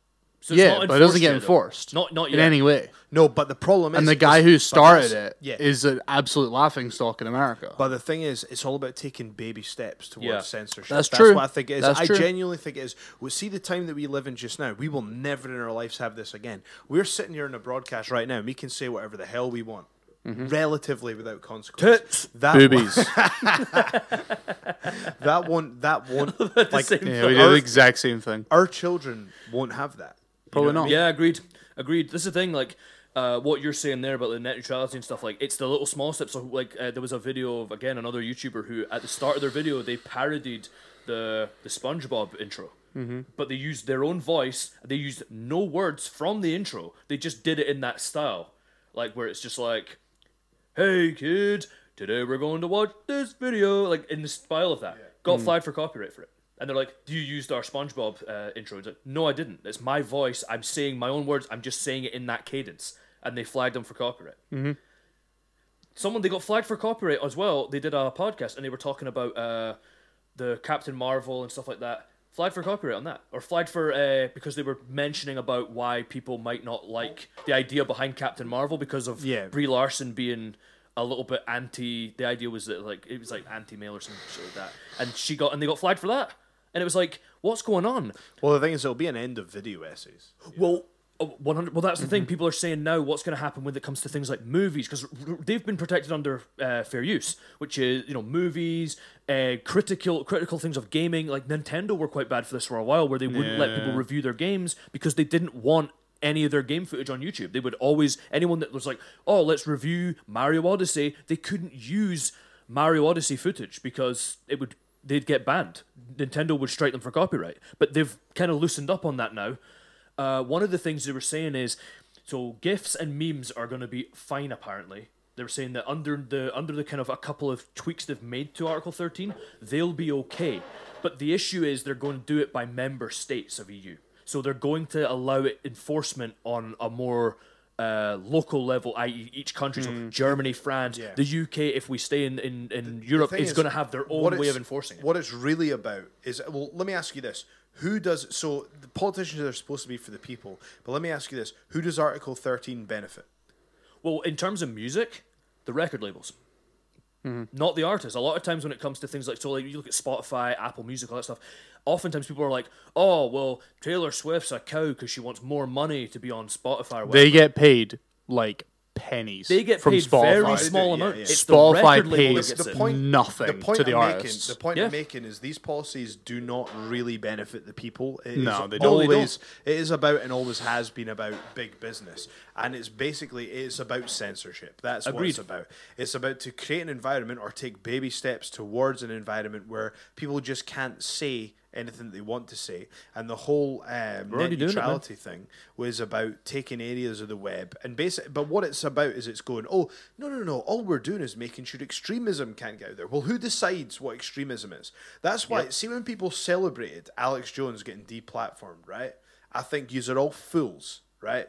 so it's yeah, not but it enforced doesn't get yet, though. enforced. Not not in yet. any way. No, but the problem is, And the guy is- who but started that's- it yeah. is an absolute laughing stock in America. But the thing is, it's all about taking baby steps towards Yeah. censorship. That's true. what I think it is. That's I true. genuinely think it is. We see the time that we live in just now. We will never in our lives have this again. We're sitting here in a broadcast right now, and we can say whatever the hell we want, relatively without consequence. Tits. That Mm-hmm. Boobies. <laughs> that won't. That <laughs> won't. like same yeah, we did the exact same thing. our children won't have that. Probably not. Yeah, agreed. Agreed. This is the thing, like uh, what you're saying there about the net neutrality and stuff. Like it's the little small steps. So like uh, there was a video of again another YouTuber who at the start of their video they parodied the the SpongeBob intro. But they used their own voice. They used no words from the intro. They just did it in that style, like where it's just like, "Hey kids, today we're going to watch this video," like in the style of that. Got flagged for copyright for it, and they're like, "Do you used our SpongeBob uh, intro?" It's like, "No, I didn't. It's my voice. I'm saying my own words. I'm just saying it in that cadence." And they flagged them for copyright. Mm-hmm. Someone they got flagged for copyright as well. They did a podcast and they were talking about uh, the Captain Marvel and stuff like that. Flagged for copyright on that, or flagged for uh, because they were mentioning about why people might not like the idea behind Captain Marvel because of Yeah. Brie Larson being a little bit anti. The idea was that like it was like anti-male or some shit like that, and she got and they got flagged for that, and it was like, what's going on? Well, the thing is, it'll be an end of video essays. Well. uh, 100 well that's the thing people are saying now what's going to happen when it comes to things like movies because they've been protected under uh, fair use which is you know movies uh, critical critical things of gaming like nintendo were quite bad for this for a while where they wouldn't let people review their games because they didn't want any of their game footage on youtube they would always anyone that was like oh let's review mario odyssey they couldn't use mario odyssey footage because it would they'd get banned nintendo would strike them for copyright but they've kind of loosened up on that now uh, one of the things they were saying is so gifs and memes are going to be fine apparently they were saying that under the under the kind of a couple of tweaks they've made to article 13 they'll be okay but the issue is they're going to do it by member states of eu so they're going to allow it enforcement on a more uh, local level, i.e., each country, Hmm. so Germany, France, the UK. If we stay in in, in Europe, thing is going to have their what own way it's- of enforcing it. What it's really about is well, let me ask you this: Who does so? The politicians are supposed to be for the people, but let me ask you this: Who does Article Thirteen benefit? Well, in terms of music, the record labels, Mm-hmm. not the artists. A lot of times when it comes to things like so, like you look at Spotify, Apple Music, all that stuff. Oftentimes people are like, "Oh, well, Taylor Swift's a cow because she wants more money to be on Spotify." Or whatever." They get paid like pennies. They get from paid Spotify. very small yeah, amounts. yeah. It's the Spotify record label pays that gets the it. point- nothing to the I'm making, artists. the point Yeah. I'm making is these policies do not really benefit the people. It is No, they don't. No, they don't. Always, it is about and always has been about big business, and it's basically it's about censorship. That's what it's Agreed. about. It's about to create an environment or take baby steps towards an environment where people just can't say anything that they want to say, and the whole um, net already doing it, man. neutrality neutrality thing was about taking areas of the web and basic but what it's about is it's going oh no no no all we're doing is making sure extremism can't get out there well who decides what extremism is that's why see when people celebrated alex jones getting deplatformed right i think yous are all fools right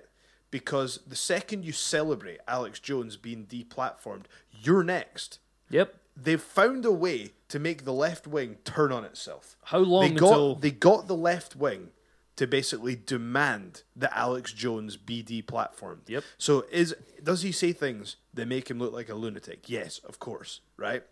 because the second you celebrate alex jones being deplatformed you're next Yep. they've found a way to make the left wing turn on itself. How long they got until- they got the left wing to basically demand that Alex Jones BD platformed. Yep. So is does he say things that make him look like a lunatic? Yes, of course, right?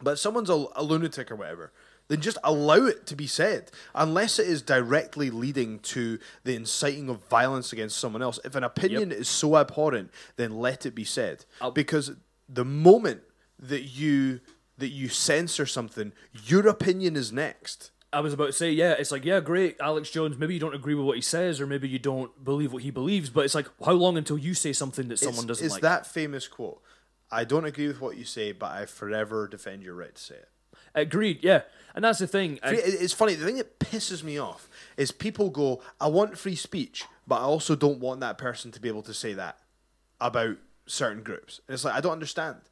But if someone's a, a lunatic or whatever, then just allow it to be said, unless it is directly leading to the inciting of violence against someone else. If an opinion is so abhorrent, then let it be said, because the moment that you that you censor something, your opinion is next. I was about to say, yeah, it's like, yeah, great, Alex Jones. Maybe you don't agree with what he says, or maybe you don't believe what he believes. But it's like, how long until you say something that someone It's- doesn't it's like? that famous quote. I don't agree with what you say, but I forever defend your right to say it. Agreed. Yeah, and that's the thing. I- Free- it- It's funny. The thing that pisses me off is people go, "I want free speech, but I also don't want that person to be able to say that about certain groups." And it's like I don't understand.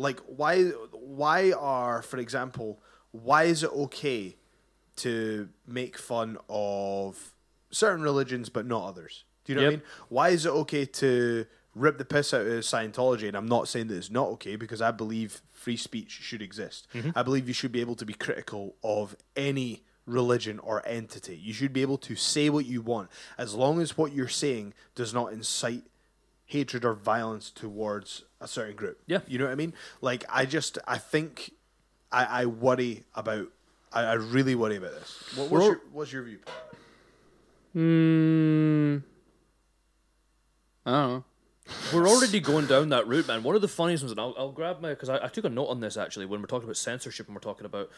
Like why? why are, for example, why is it okay to make fun of certain religions but not others? Do you know what I Yep. mean? Why is it okay to rip the piss out of Scientology? And I'm not saying that it's not okay because I believe free speech should exist. I believe you should be able to be critical of any religion or entity. You should be able to say what you want as long as what you're saying does not incite hatred or violence towards a certain group. Yeah. You know what I mean? Like I just I think I, I worry about I, I really worry about this. What, what's, Well- your, what's your view? Mm, I don't know. We're already going down that route, man. One of the funniest ones, and I'll, I'll grab my because I, I took a note on this actually when we're talking about censorship and we're talking about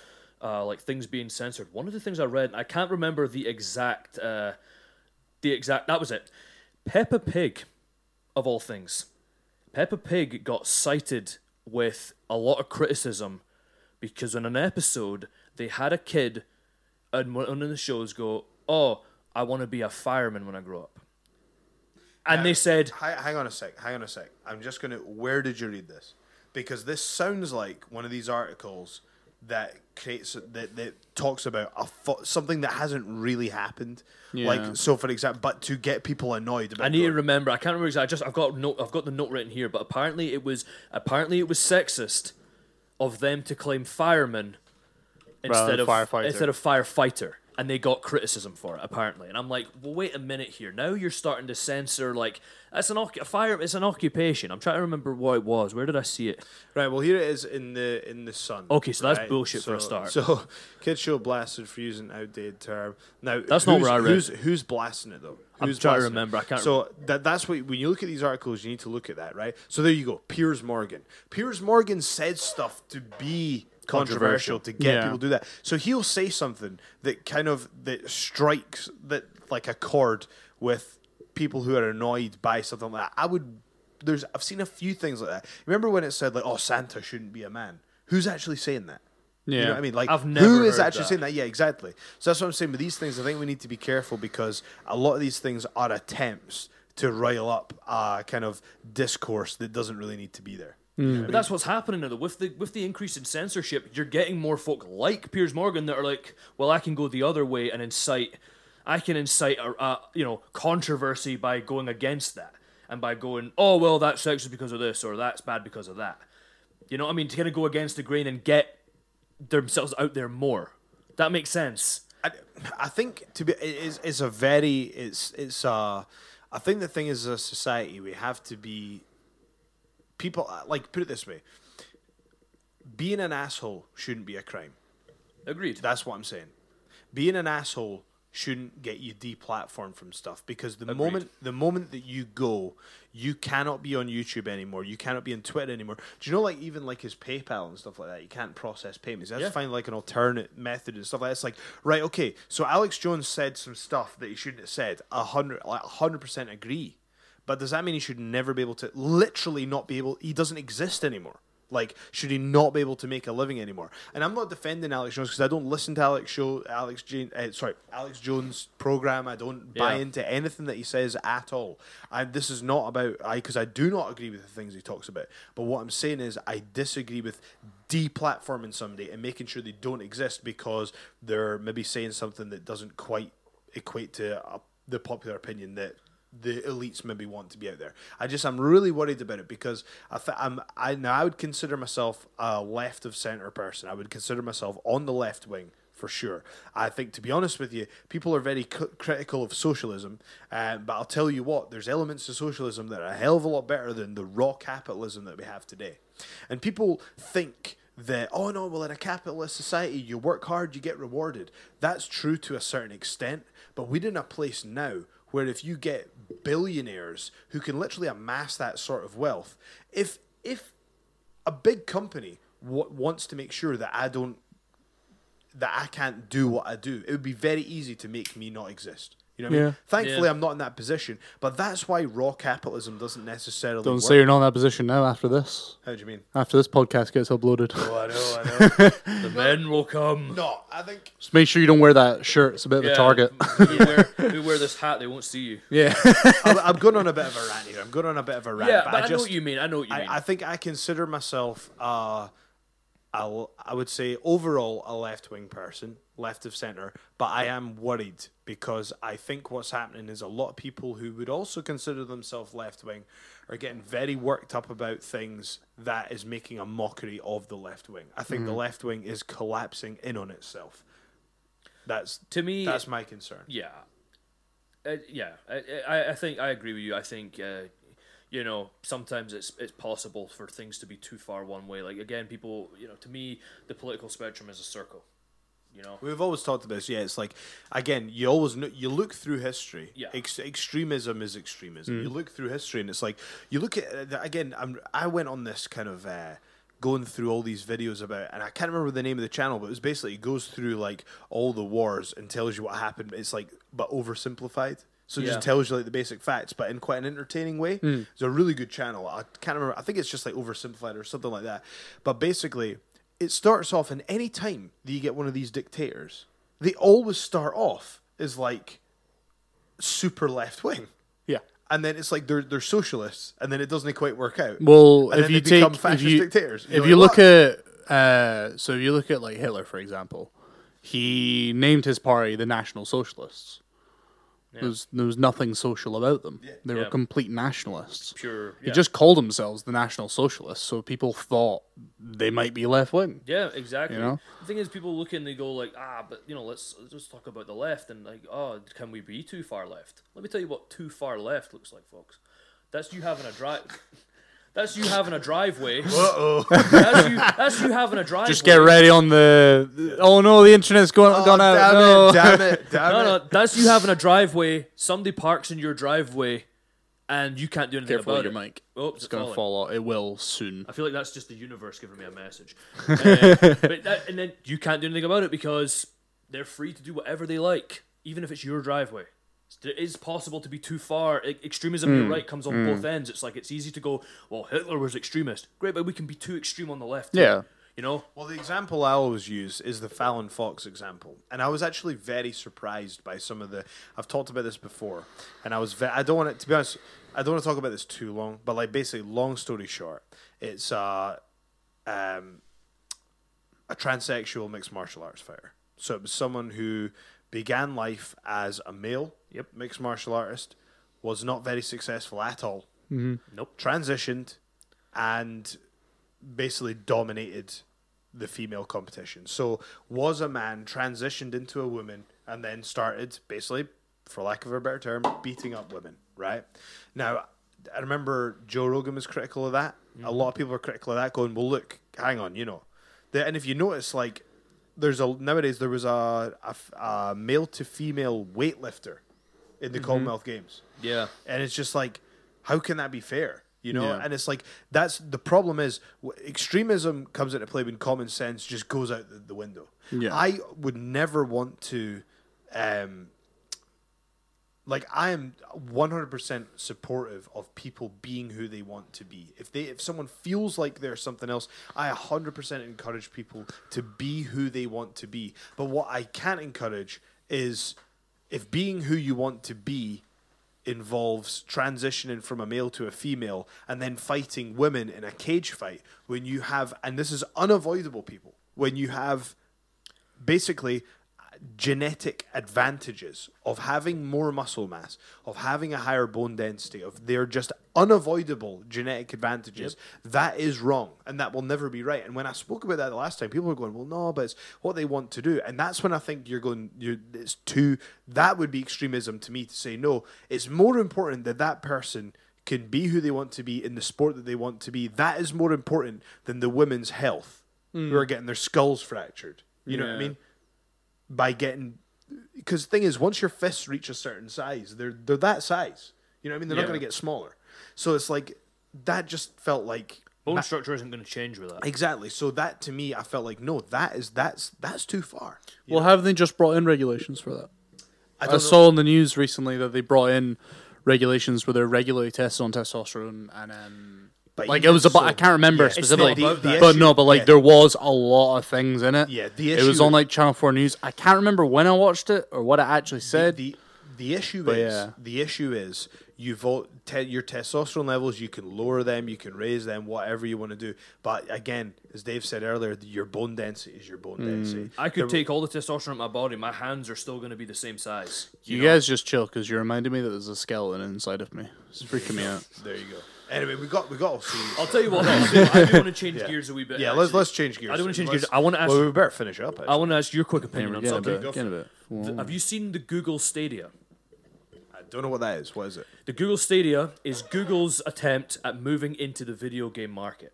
uh, like things being censored. One of the things I read, and I can't remember the exact, uh, the exact. That was it. Peppa Pig, of all things, Peppa Pig got cited with a lot of criticism because in an episode they had a kid, and one of the shows go, "Oh, I want to be a fireman when I grow up," and they said. Hi, hang on a sec. Hang on a sec. I'm just gonna. Where did you read this? Because this sounds like one of these articles that creates that, that talks about a fo- something that hasn't really happened. Yeah. Like so, for example, but to get people annoyed about. I need to going, remember. I can't remember exactly. I just I've got note. I've got the note written here, but apparently it was apparently it was sexist of them to claim fireman Rather instead than of firefighter. instead of firefighter, and they got criticism for it apparently. And I'm like, well, wait a minute here. Now you're starting to censor like that's an oc- a fire. It's an occupation. I'm trying to remember what it was. Where did I see it? Right. Well, here it is in the in the sun. Okay, so that's right? bullshit for a So- start. So, kids show blasted for using outdated term. Now That's not who's- where I read. Who's, who's blasting it though? I'm Who's trying to blasting it? remember, I can't So that that's what when you look at these articles, you need to look at that, right? So there you go. Piers Morgan. Piers Morgan said stuff to be controversial, Controversial. to get Yeah. people to do that. So he'll say something that kind of that strikes that like a chord with people who are annoyed by something like that. I would there's I've seen a few things like that. Remember when it said like oh Santa shouldn't be a man? Who's actually saying that? You Yeah. know what I mean? Like I've who never is heard actually that. saying that? Yeah, exactly. So that's what I'm saying with these things I think we need to be careful because a lot of these things are attempts to rile up a kind of discourse that doesn't really need to be there. But that's what's happening now. With the with the increase in censorship, you're getting more folk like Piers Morgan that are like, well, I can go the other way and incite, I can incite a, a you know controversy by going against that and by going, oh well, that's sexist because of this or that's bad because of that. You know what I mean? To kind of go against the grain and get themselves out there more. That makes sense. I, I think to be it's, it's a very it's it's uh I think the thing is as a society we have to be people like put it this way being an asshole shouldn't be a crime Agreed. that's what I'm saying being an asshole shouldn't get you deplatformed from stuff because the moment the moment that you go you cannot be on YouTube anymore you cannot be on Twitter anymore do you know like even like his PayPal and stuff like that you can't process payments you have Yeah. to find like an alternate method and stuff like that it's like right okay so Alex Jones said some stuff that he shouldn't have said a hundred like a hundred percent agree but does that mean he should never be able to literally not be able he doesn't exist anymore like, should he not be able to make a living anymore? And I'm not defending Alex Jones because I don't listen to Alex show Alex Jane, uh, sorry Alex Jones program. I don't buy Yeah. into anything that he says at all. And this is not about I because I do not agree with the things he talks about. But what I'm saying is I disagree with deplatforming somebody and making sure they don't exist because they're maybe saying something that doesn't quite equate to uh the popular opinion that the elites maybe want to be out there. I just I'm really worried about it because I th- I'm I now I would consider myself a left of center person. I would consider myself on the left wing for sure. I think to be honest with you, people are very c- critical of socialism, uh, but I'll tell you what, there's elements of socialism that are a hell of a lot better than the raw capitalism that we have today. And people think that oh no well in a capitalist society you work hard you get rewarded that's true to a certain extent but we're in a place now where if you get billionaires who can literally amass that sort of wealth if if a big company wa- wants to make sure that i don't that i can't do what i do it would be very easy to make me not exist you know what I Yeah. mean? Thankfully, Yeah. I'm not in that position, but that's why raw capitalism doesn't necessarily Don't work. say you're not in that position now after this. How do you mean? After this podcast <laughs> gets uploaded. Oh, I know, I know. the men will come. <laughs> no, I think Just make sure you don't wear that shirt. It's a bit of <laughs> a target. we, wear, we wear this hat, they won't see you. yeah. I'm, I'm going on a bit of a rant here. I'm going on a bit of a rant. Yeah, but, but I, I just, know what you mean. I know what you mean. I, I think I consider myself uh, a l- I would say overall a left wing person, left of centre, but I am worried because I think what's happening is a lot of people who would also consider themselves left wing are getting very worked up about things that is making a mockery of the left wing. I think the left wing is collapsing in on itself. That's To me- that's my concern. Yeah, uh, yeah. I, I I think I agree with you. I think uh, you know sometimes it's it's possible for things to be too far one way. Like again, people you know to me the political spectrum is a circle. You know, We've always talked about this. Yeah, it's like again, you always know, you look through history. Yeah. Ex- extremism is extremism. You look through history, and it's like you look at uh, the- again. I'm, I went on this kind of uh, going through all these videos about, and I can't remember the name of the channel, but it was basically it goes through like all the wars and tells you what happened. It's like but oversimplified. So it Yeah. just tells you like the basic facts, but in quite an entertaining way. It's a really good channel. I can't remember. I think it's just like oversimplified or something like that. But basically, it starts off, and any time that you get one of these dictators, they always start off as like super left wing, Yeah. and then it's like they're they're socialists, and then it doesn't quite work out. Well, And if then you they become take if fascist you, dictators. if You're you like, look at uh, so if you look at like Hitler for example, he named his party the National Socialists. There, was, there was nothing social about them. They were Yeah. complete nationalists. pure. They Yeah, just called themselves the National Socialists, so people thought they might be left wing. yeah, exactly. you know? The thing is, people look and they go like, ah, but you know, let's let's just talk about the left and like, oh, can we be too far left? Let me tell you what too far left looks like, folks. That's you having a drive. <laughs> That's you having a driveway. Uh-oh. That's you. That's you having a driveway. Just get ready on the. Oh no, the internet's gone, Oh, gone out. damn no. <laughs> it! Damn it! Damn No, it! no, that's you having a driveway. Somebody parks in your driveway, and you can't do anything Careful about with your it. mic. Oops, It's going to fall off. It will soon. I feel like that's just the universe giving me a message. Uh, <laughs> but that, and then you can't do anything about it because they're free to do whatever they like, even if it's your driveway. It is possible to be too far. E- Extremism, Hmm, you're right, comes on both ends. It's like it's easy to go, well, Hitler was extremist. Great, but we can be too extreme on the left. too." Yeah. You know? Well, the example I always use is the Fallon Fox example, and I was actually very surprised by some of the. I've talked about this before, and I was. Ve- I don't want it to be honest. I don't want to talk about this too long, but like basically, long story short, it's uh, um, a transsexual mixed martial arts fighter. So it was someone who began life as a male Yep. mixed martial artist, was not very successful at all, Nope. transitioned, and basically dominated the female competition. So was a man transitioned into a woman and then started basically, for lack of a better term, beating up women. Right now, I remember Joe Rogan was critical of that. Mm-hmm. A lot of people are critical of that, going, "Well, look, hang on, you know." The, and if you notice, like, there's a nowadays there was a a f- a male to female weightlifter in the Commonwealth Games Mm-hmm. Yeah. and it's just like how can that be fair you know Yeah. and it's like that's the problem is w- extremism comes into play when common sense just goes out the, the window Yeah. i would never want to um like I am 100% supportive of people being who they want to be. If they if someone feels like they're something else, I 100% encourage people to be who they want to be. But what I can't encourage is if being who you want to be involves transitioning from a male to a female and then fighting women in a cage fight when you have and this is unavoidable people when you have basically genetic advantages of having more muscle mass, of having a higher bone density, of they're just unavoidable genetic advantages. That is wrong and that will never be right. And when I spoke about that the last time, people were going, Well no, but it's what they want to do. And that's when I think you're going you it's too that would be extremism to me to say no. It's more important that that person can be who they want to be in the sport that they want to be. That is more important than the women's health who are getting their skulls fractured. You know what I Yeah. mean? by getting because the thing is once your fists reach a certain size they're they're that size you know what i mean they're not Yeah. going to get smaller so it's like that just felt like Bone structure isn't going to change with that. exactly so that to me i felt like no that is that's that's too far Well, haven't they just brought in regulations for that? i I, don't know saw in the news recently that they brought in regulations where they're regularly tests on testosterone and um, But like it even was about so- I can't remember Yeah, it's specifically, not about that. but no, but like Yeah. there was a lot of things in it. Yeah, the it was issue- on like Channel Four News. I can't remember when I watched it or what it actually said. the the issue But is yeah. the issue is you've all, te- your testosterone levels, you can lower them, you can raise them, whatever you want to do. But again, as Dave said earlier, your bone density is your bone density. Mm. I could take all the testosterone in my body. My hands are still going to be the same size. You, guys just chill because you reminded me that there's a skeleton inside of me. It's freaking me out. There you go. Anyway, we got we got all serious. I'll tell you what. I'll tell you what, I do want to change gears a wee <laughs> bit. Yeah, let's actually. let's change gears. I don't want to change Let's- gears. I want to ask. Well, we better finish up. I Actually. want to ask your quick opinion on Getting a something. bit. Getting a bit. Th- Have you seen the Google Stadia? I don't know what that is. What is it? The Google Stadia is Google's attempt at moving into the video game market.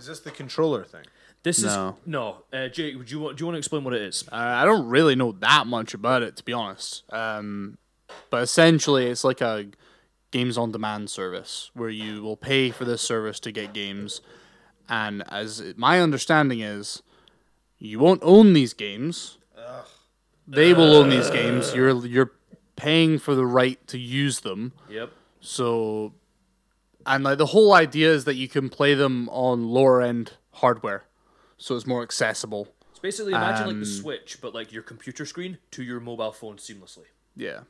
Is this the controller thing? This No. is no. Uh, Jake, would you want, do you want to explain what it is? Uh, I don't really know that much about it, to be honest. Um, but essentially, it's like a games on demand service where you will pay for this service to get games. And as it- my understanding is, you won't own these games. They will own these games. You're you're paying for the right to use them. Yep. So, and like the whole idea is that you can play them on lower end hardware, so it's more accessible. It's basically imagine like the um, Switch, but like your computer screen to your mobile phone seamlessly. Yeah.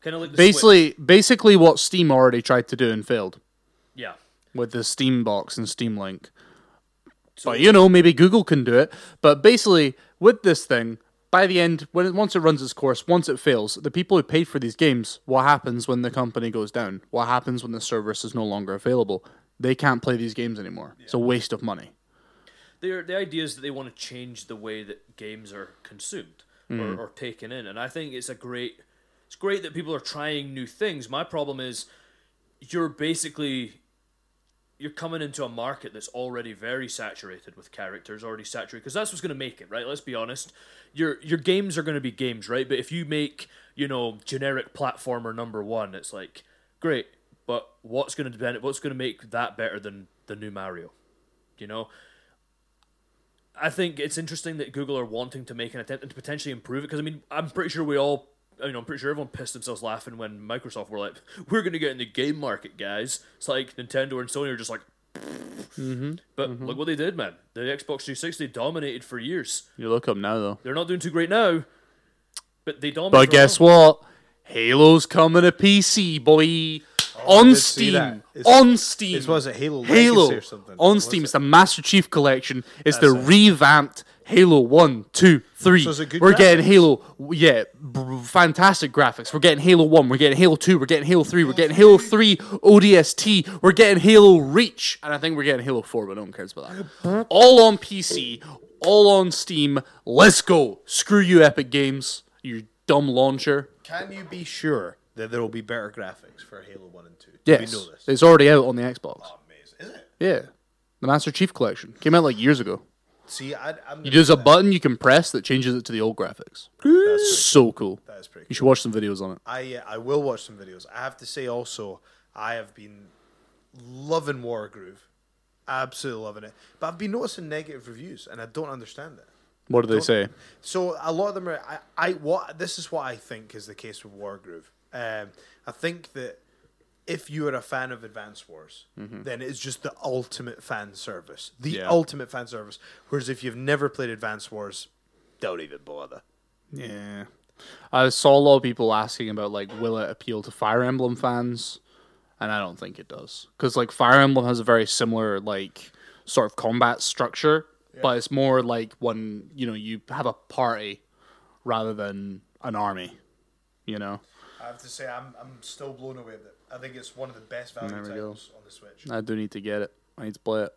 Kind of like the Switch. Basically, basically what Steam already tried to do and failed Yeah. with the Steam Box and Steam Link. but you know, maybe Google can do it. But basically, with this thing, by the end, when it, once it runs its course, once it fails, the people who paid for these games, what happens when the company goes down? What happens when the service is no longer available? They can't play these games anymore. It's a waste of money. They're, the idea is that they want to change the way that games are consumed or, or taken in, and I think it's a great. It's great that people are trying new things. My problem is, you're basically you're coming into a market that's already very saturated with characters, already saturated because that's what's going to make it, right? Let's be honest. Your your games are going to be games, right? But if you make you know generic platformer number one, it's like great, but what's going to depend? What's going to make that better than the new Mario? You know, I think it's interesting that Google are wanting to make an attempt to potentially improve it because I mean I'm pretty sure we all you know I'm pretty sure everyone pissed themselves laughing when Microsoft were like we're going to get in the game market guys. It's like Nintendo and Sony are just like Mm-hmm. but look what they did man. The Xbox 360 dominated for years. You look up now, though. They're not doing too great now. But they dominated. But guess what? Halo's coming to PC, boy. Oh, I on did see that. Steam. It's- On Steam. it's- was it Halo Legacy Halo. or something? On Was Steam. it? It's the Master Chief Collection. It's the revamped Halo 1, 2, 3. So is it good We're graphics? getting Halo. Yeah, br- fantastic graphics. We're getting Halo 1. We're getting Halo 2. We're getting Halo 3. We're getting Halo 3 ODST. We're getting Halo Reach. And I think we're getting Halo 4, but no one cares about that. All on PC. All on Steam. Let's go. Screw you, Epic Games. You dumb launcher. Can you be sure that there will be better graphics for Halo One and Two? Yes. we know this. It's already out on the Xbox. Amazing, is it? Yeah. The Master Chief Collection. Came out like years ago. See, I, I'm. gonna- There's a button you can press that changes it to the old graphics. so cool. That is pretty You should watch some videos on it. I uh, I will watch some videos. I have to say also, I have been loving Wargroove, absolutely loving it. But I've been noticing negative reviews, and I don't understand it. What do they say? So a lot of them are. I, I what this is what I think is the case with Wargroove. Um, I think that if you are a fan of Advance Wars, then it's just the ultimate fan service, the Yeah. ultimate fan service. Whereas if you've never played Advance Wars, don't even bother. Yeah. I saw a lot of people asking about like will it appeal to Fire Emblem fans? And I don't think it does. Cuz like Fire Emblem has a very similar like sort of combat structure, but it's more like when, you know, you have a party rather than an army, you know. I have to say, I'm, I'm still blown away with it. I think it's one of the best value There we titles on the Switch. I do need to get it. I need to play it.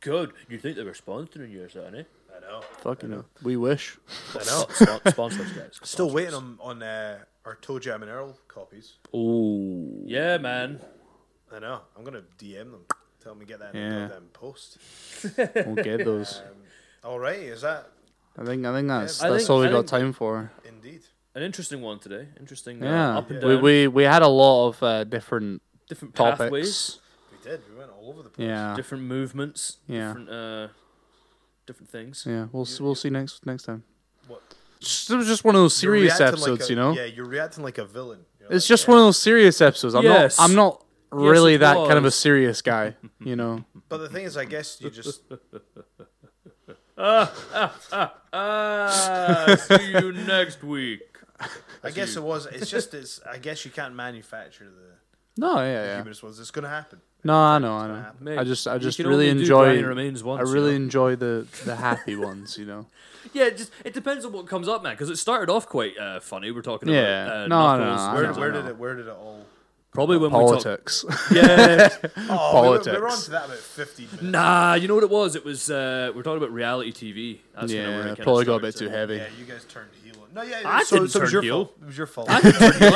good. You think they were sponsoring you or <laughs> something? eh? I know. Fucking We wish. I know. Sponsors guys. <laughs> Still waiting on, on uh, our Toe Jam and Earl copies. Ooh. Yeah, man. I know. I'm going to DM them. Tell them to get that in Yeah. the goddamn post. We'll get those. All right. Is that I think I think that's I that's think- all we I got think- time for. indeed? An interesting one today. Interesting. uh, Yeah, up and we, down. we we had a lot of uh, different different topics. pathways. We did. We went all over the place. Yeah, different movements, Ah. Yeah. different uh, different things. yeah. We'll s- we'll see next next time. What- Just- It was just one of those You're serious reacting like episodes, a- you know. Yeah, you're reacting like a villain. You're It's like, just one of those serious episodes. I'm Yes. not I'm not Yes, really it that kind of a was. serious <laughs> guy, you know. But the thing is, I guess you just. <laughs> Ah, see you next week. I guess it was. It's just. It's. I guess you can't manufacture the. No, yeah, yeah. Humorous ones. It's going to happen. No, I know, I know. happen. Mate, I just, I you just can really only do enjoy. Johnny Remains once, I you really know? enjoy the the happy ones, you know. Yeah, it just it depends on what comes up, man. Because it started off quite uh, funny. We're talking Yeah. about uh, No, no, Knuckles. no, I Where, don't where did know. it? Where did it all? Probably <laughs> when we talked. Politics. Yeah, <laughs> Oh, we were- We were on Politics. to that about 15 minutes. nah. You know what it was? It was uh, we're talking about reality TV. That's kinda where it yeah, kinda probably got a bit started. too heavy. Yeah, you guys turned heel. No, yeah, I so, didn't so it was turn your heel. fault. It was your fault. <laughs> Like, why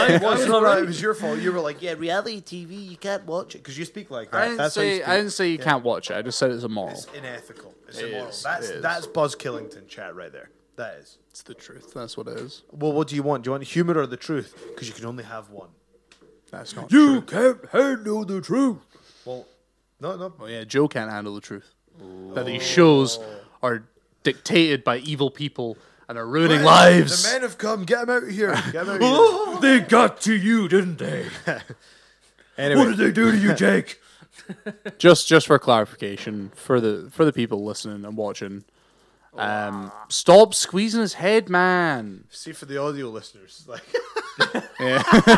It was not alright, right? It was your fault. You were like, yeah, reality TV, you can't watch it because you speak like that. I didn't That's how you say, speak. I didn't say you can't watch it. I just said it's immoral. It's It's, unethical. It's It immoral. is, That's it is. that's Buzz Killington chat right there. That is. the truth. That's what it is. Well, what do you want? Do you want humor or the truth? Because you can only have one. That's not You true. can't handle the truth. Well, no, no. Oh, yeah, Joe can't handle the truth. That these shows are dictated by evil people and are ruining lives. The men have come. Get them out of here. Get 'em out of here. they got to you, <laughs> didn't they? Anyway, they do to you, Jake? just just for clarification for the for the people listening and watching um stop squeezing his head man see for the audio listeners, like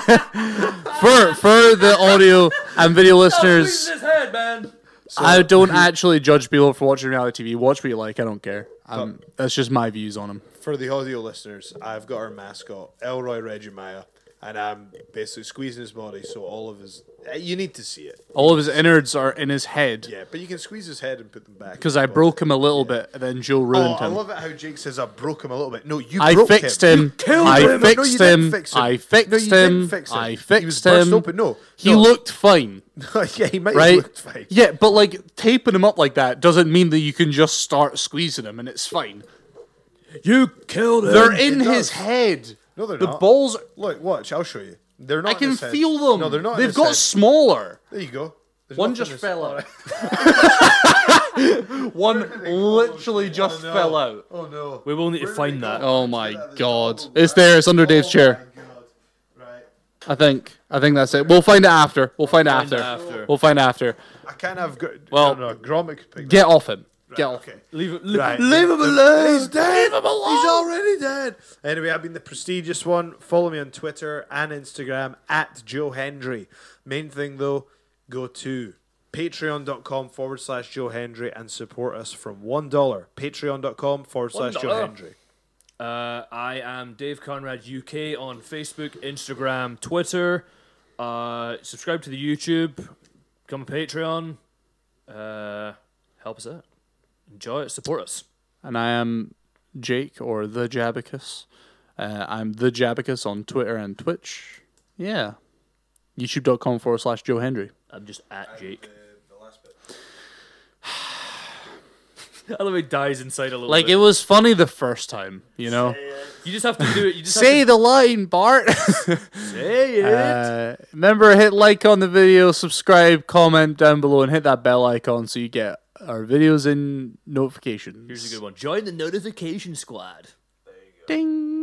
for for the audio and video listeners his head, man. i don't actually judge people for watching reality tv watch what you like i don't care um, that's just my views on them for the audio listeners, I've got our mascot Elroy Regimaya, and I'm basically squeezing his body so all of his. eh, You need to see it. all of his innards are in his head Yeah, but you can squeeze his head and put them back. because i broke him a little bit and then joe ruined Oh, I him love it how Jake says I broke him a little bit. No, you. I broke fixed him. him. killed I him. No, you fixed didn't him. fix him. I No, fixed you didn't him. fix him. I He was fixed burst him. open. No, he no. looked fine. <laughs> yeah, he might have right? looked fine. Yeah, but like taping him up like that doesn't mean that you can just start squeezing him and it's fine. You killed him. They're in it does. his head. No, they're the not. balls. Look, watch. I'll show you. They're not. I in can his head. feel them. No, they're not. in They've his got head. smaller. There you go. There's One nothing that's- just fell All out. <laughs> right. <laughs> One literally just no. fell out. Oh no. We will need to find that. Oh my god! It's there. It's under Dave's chair. Oh Right. I think. I think that's it. We'll find it after. We'll find it Find after. it after. We'll find it after. I can't have. Gr- Well- no, no, Grom could pick Get off him. Get that. off. Okay. Leave it. Leave, Right. leave him alone. He's dead. him alone. He's already dead. Anyway, I've been the prestigious one. Follow me on Twitter and Instagram at Joe Hendry. Main thing though, go to patreon.com forward slash Joe Hendry and support us from one dollar. Patreon.com forward slash Joe dollar. Hendry. Uh, I am Dave Conrad UK on Facebook, Instagram, Twitter. Uh, subscribe to the YouTube. Become a Patreon. Uh, help us out. Enjoy it. Support us. and I am Jake or the Jabicus. Uh, I'm the Jabicus on Twitter and Twitch. Yeah. YouTube.com forward slash Joe Hendry. I'm just at Jake. <sighs> I love how he dies inside a little Like bit. it was funny the first time, you know. you just have to do it. You just Say have the line, Bart. <laughs> to say it. uh, remember, hit like on the video, subscribe, comment down below, and hit that bell icon so you get our videos and notifications. Here's a good one. Join the notification squad. Ding.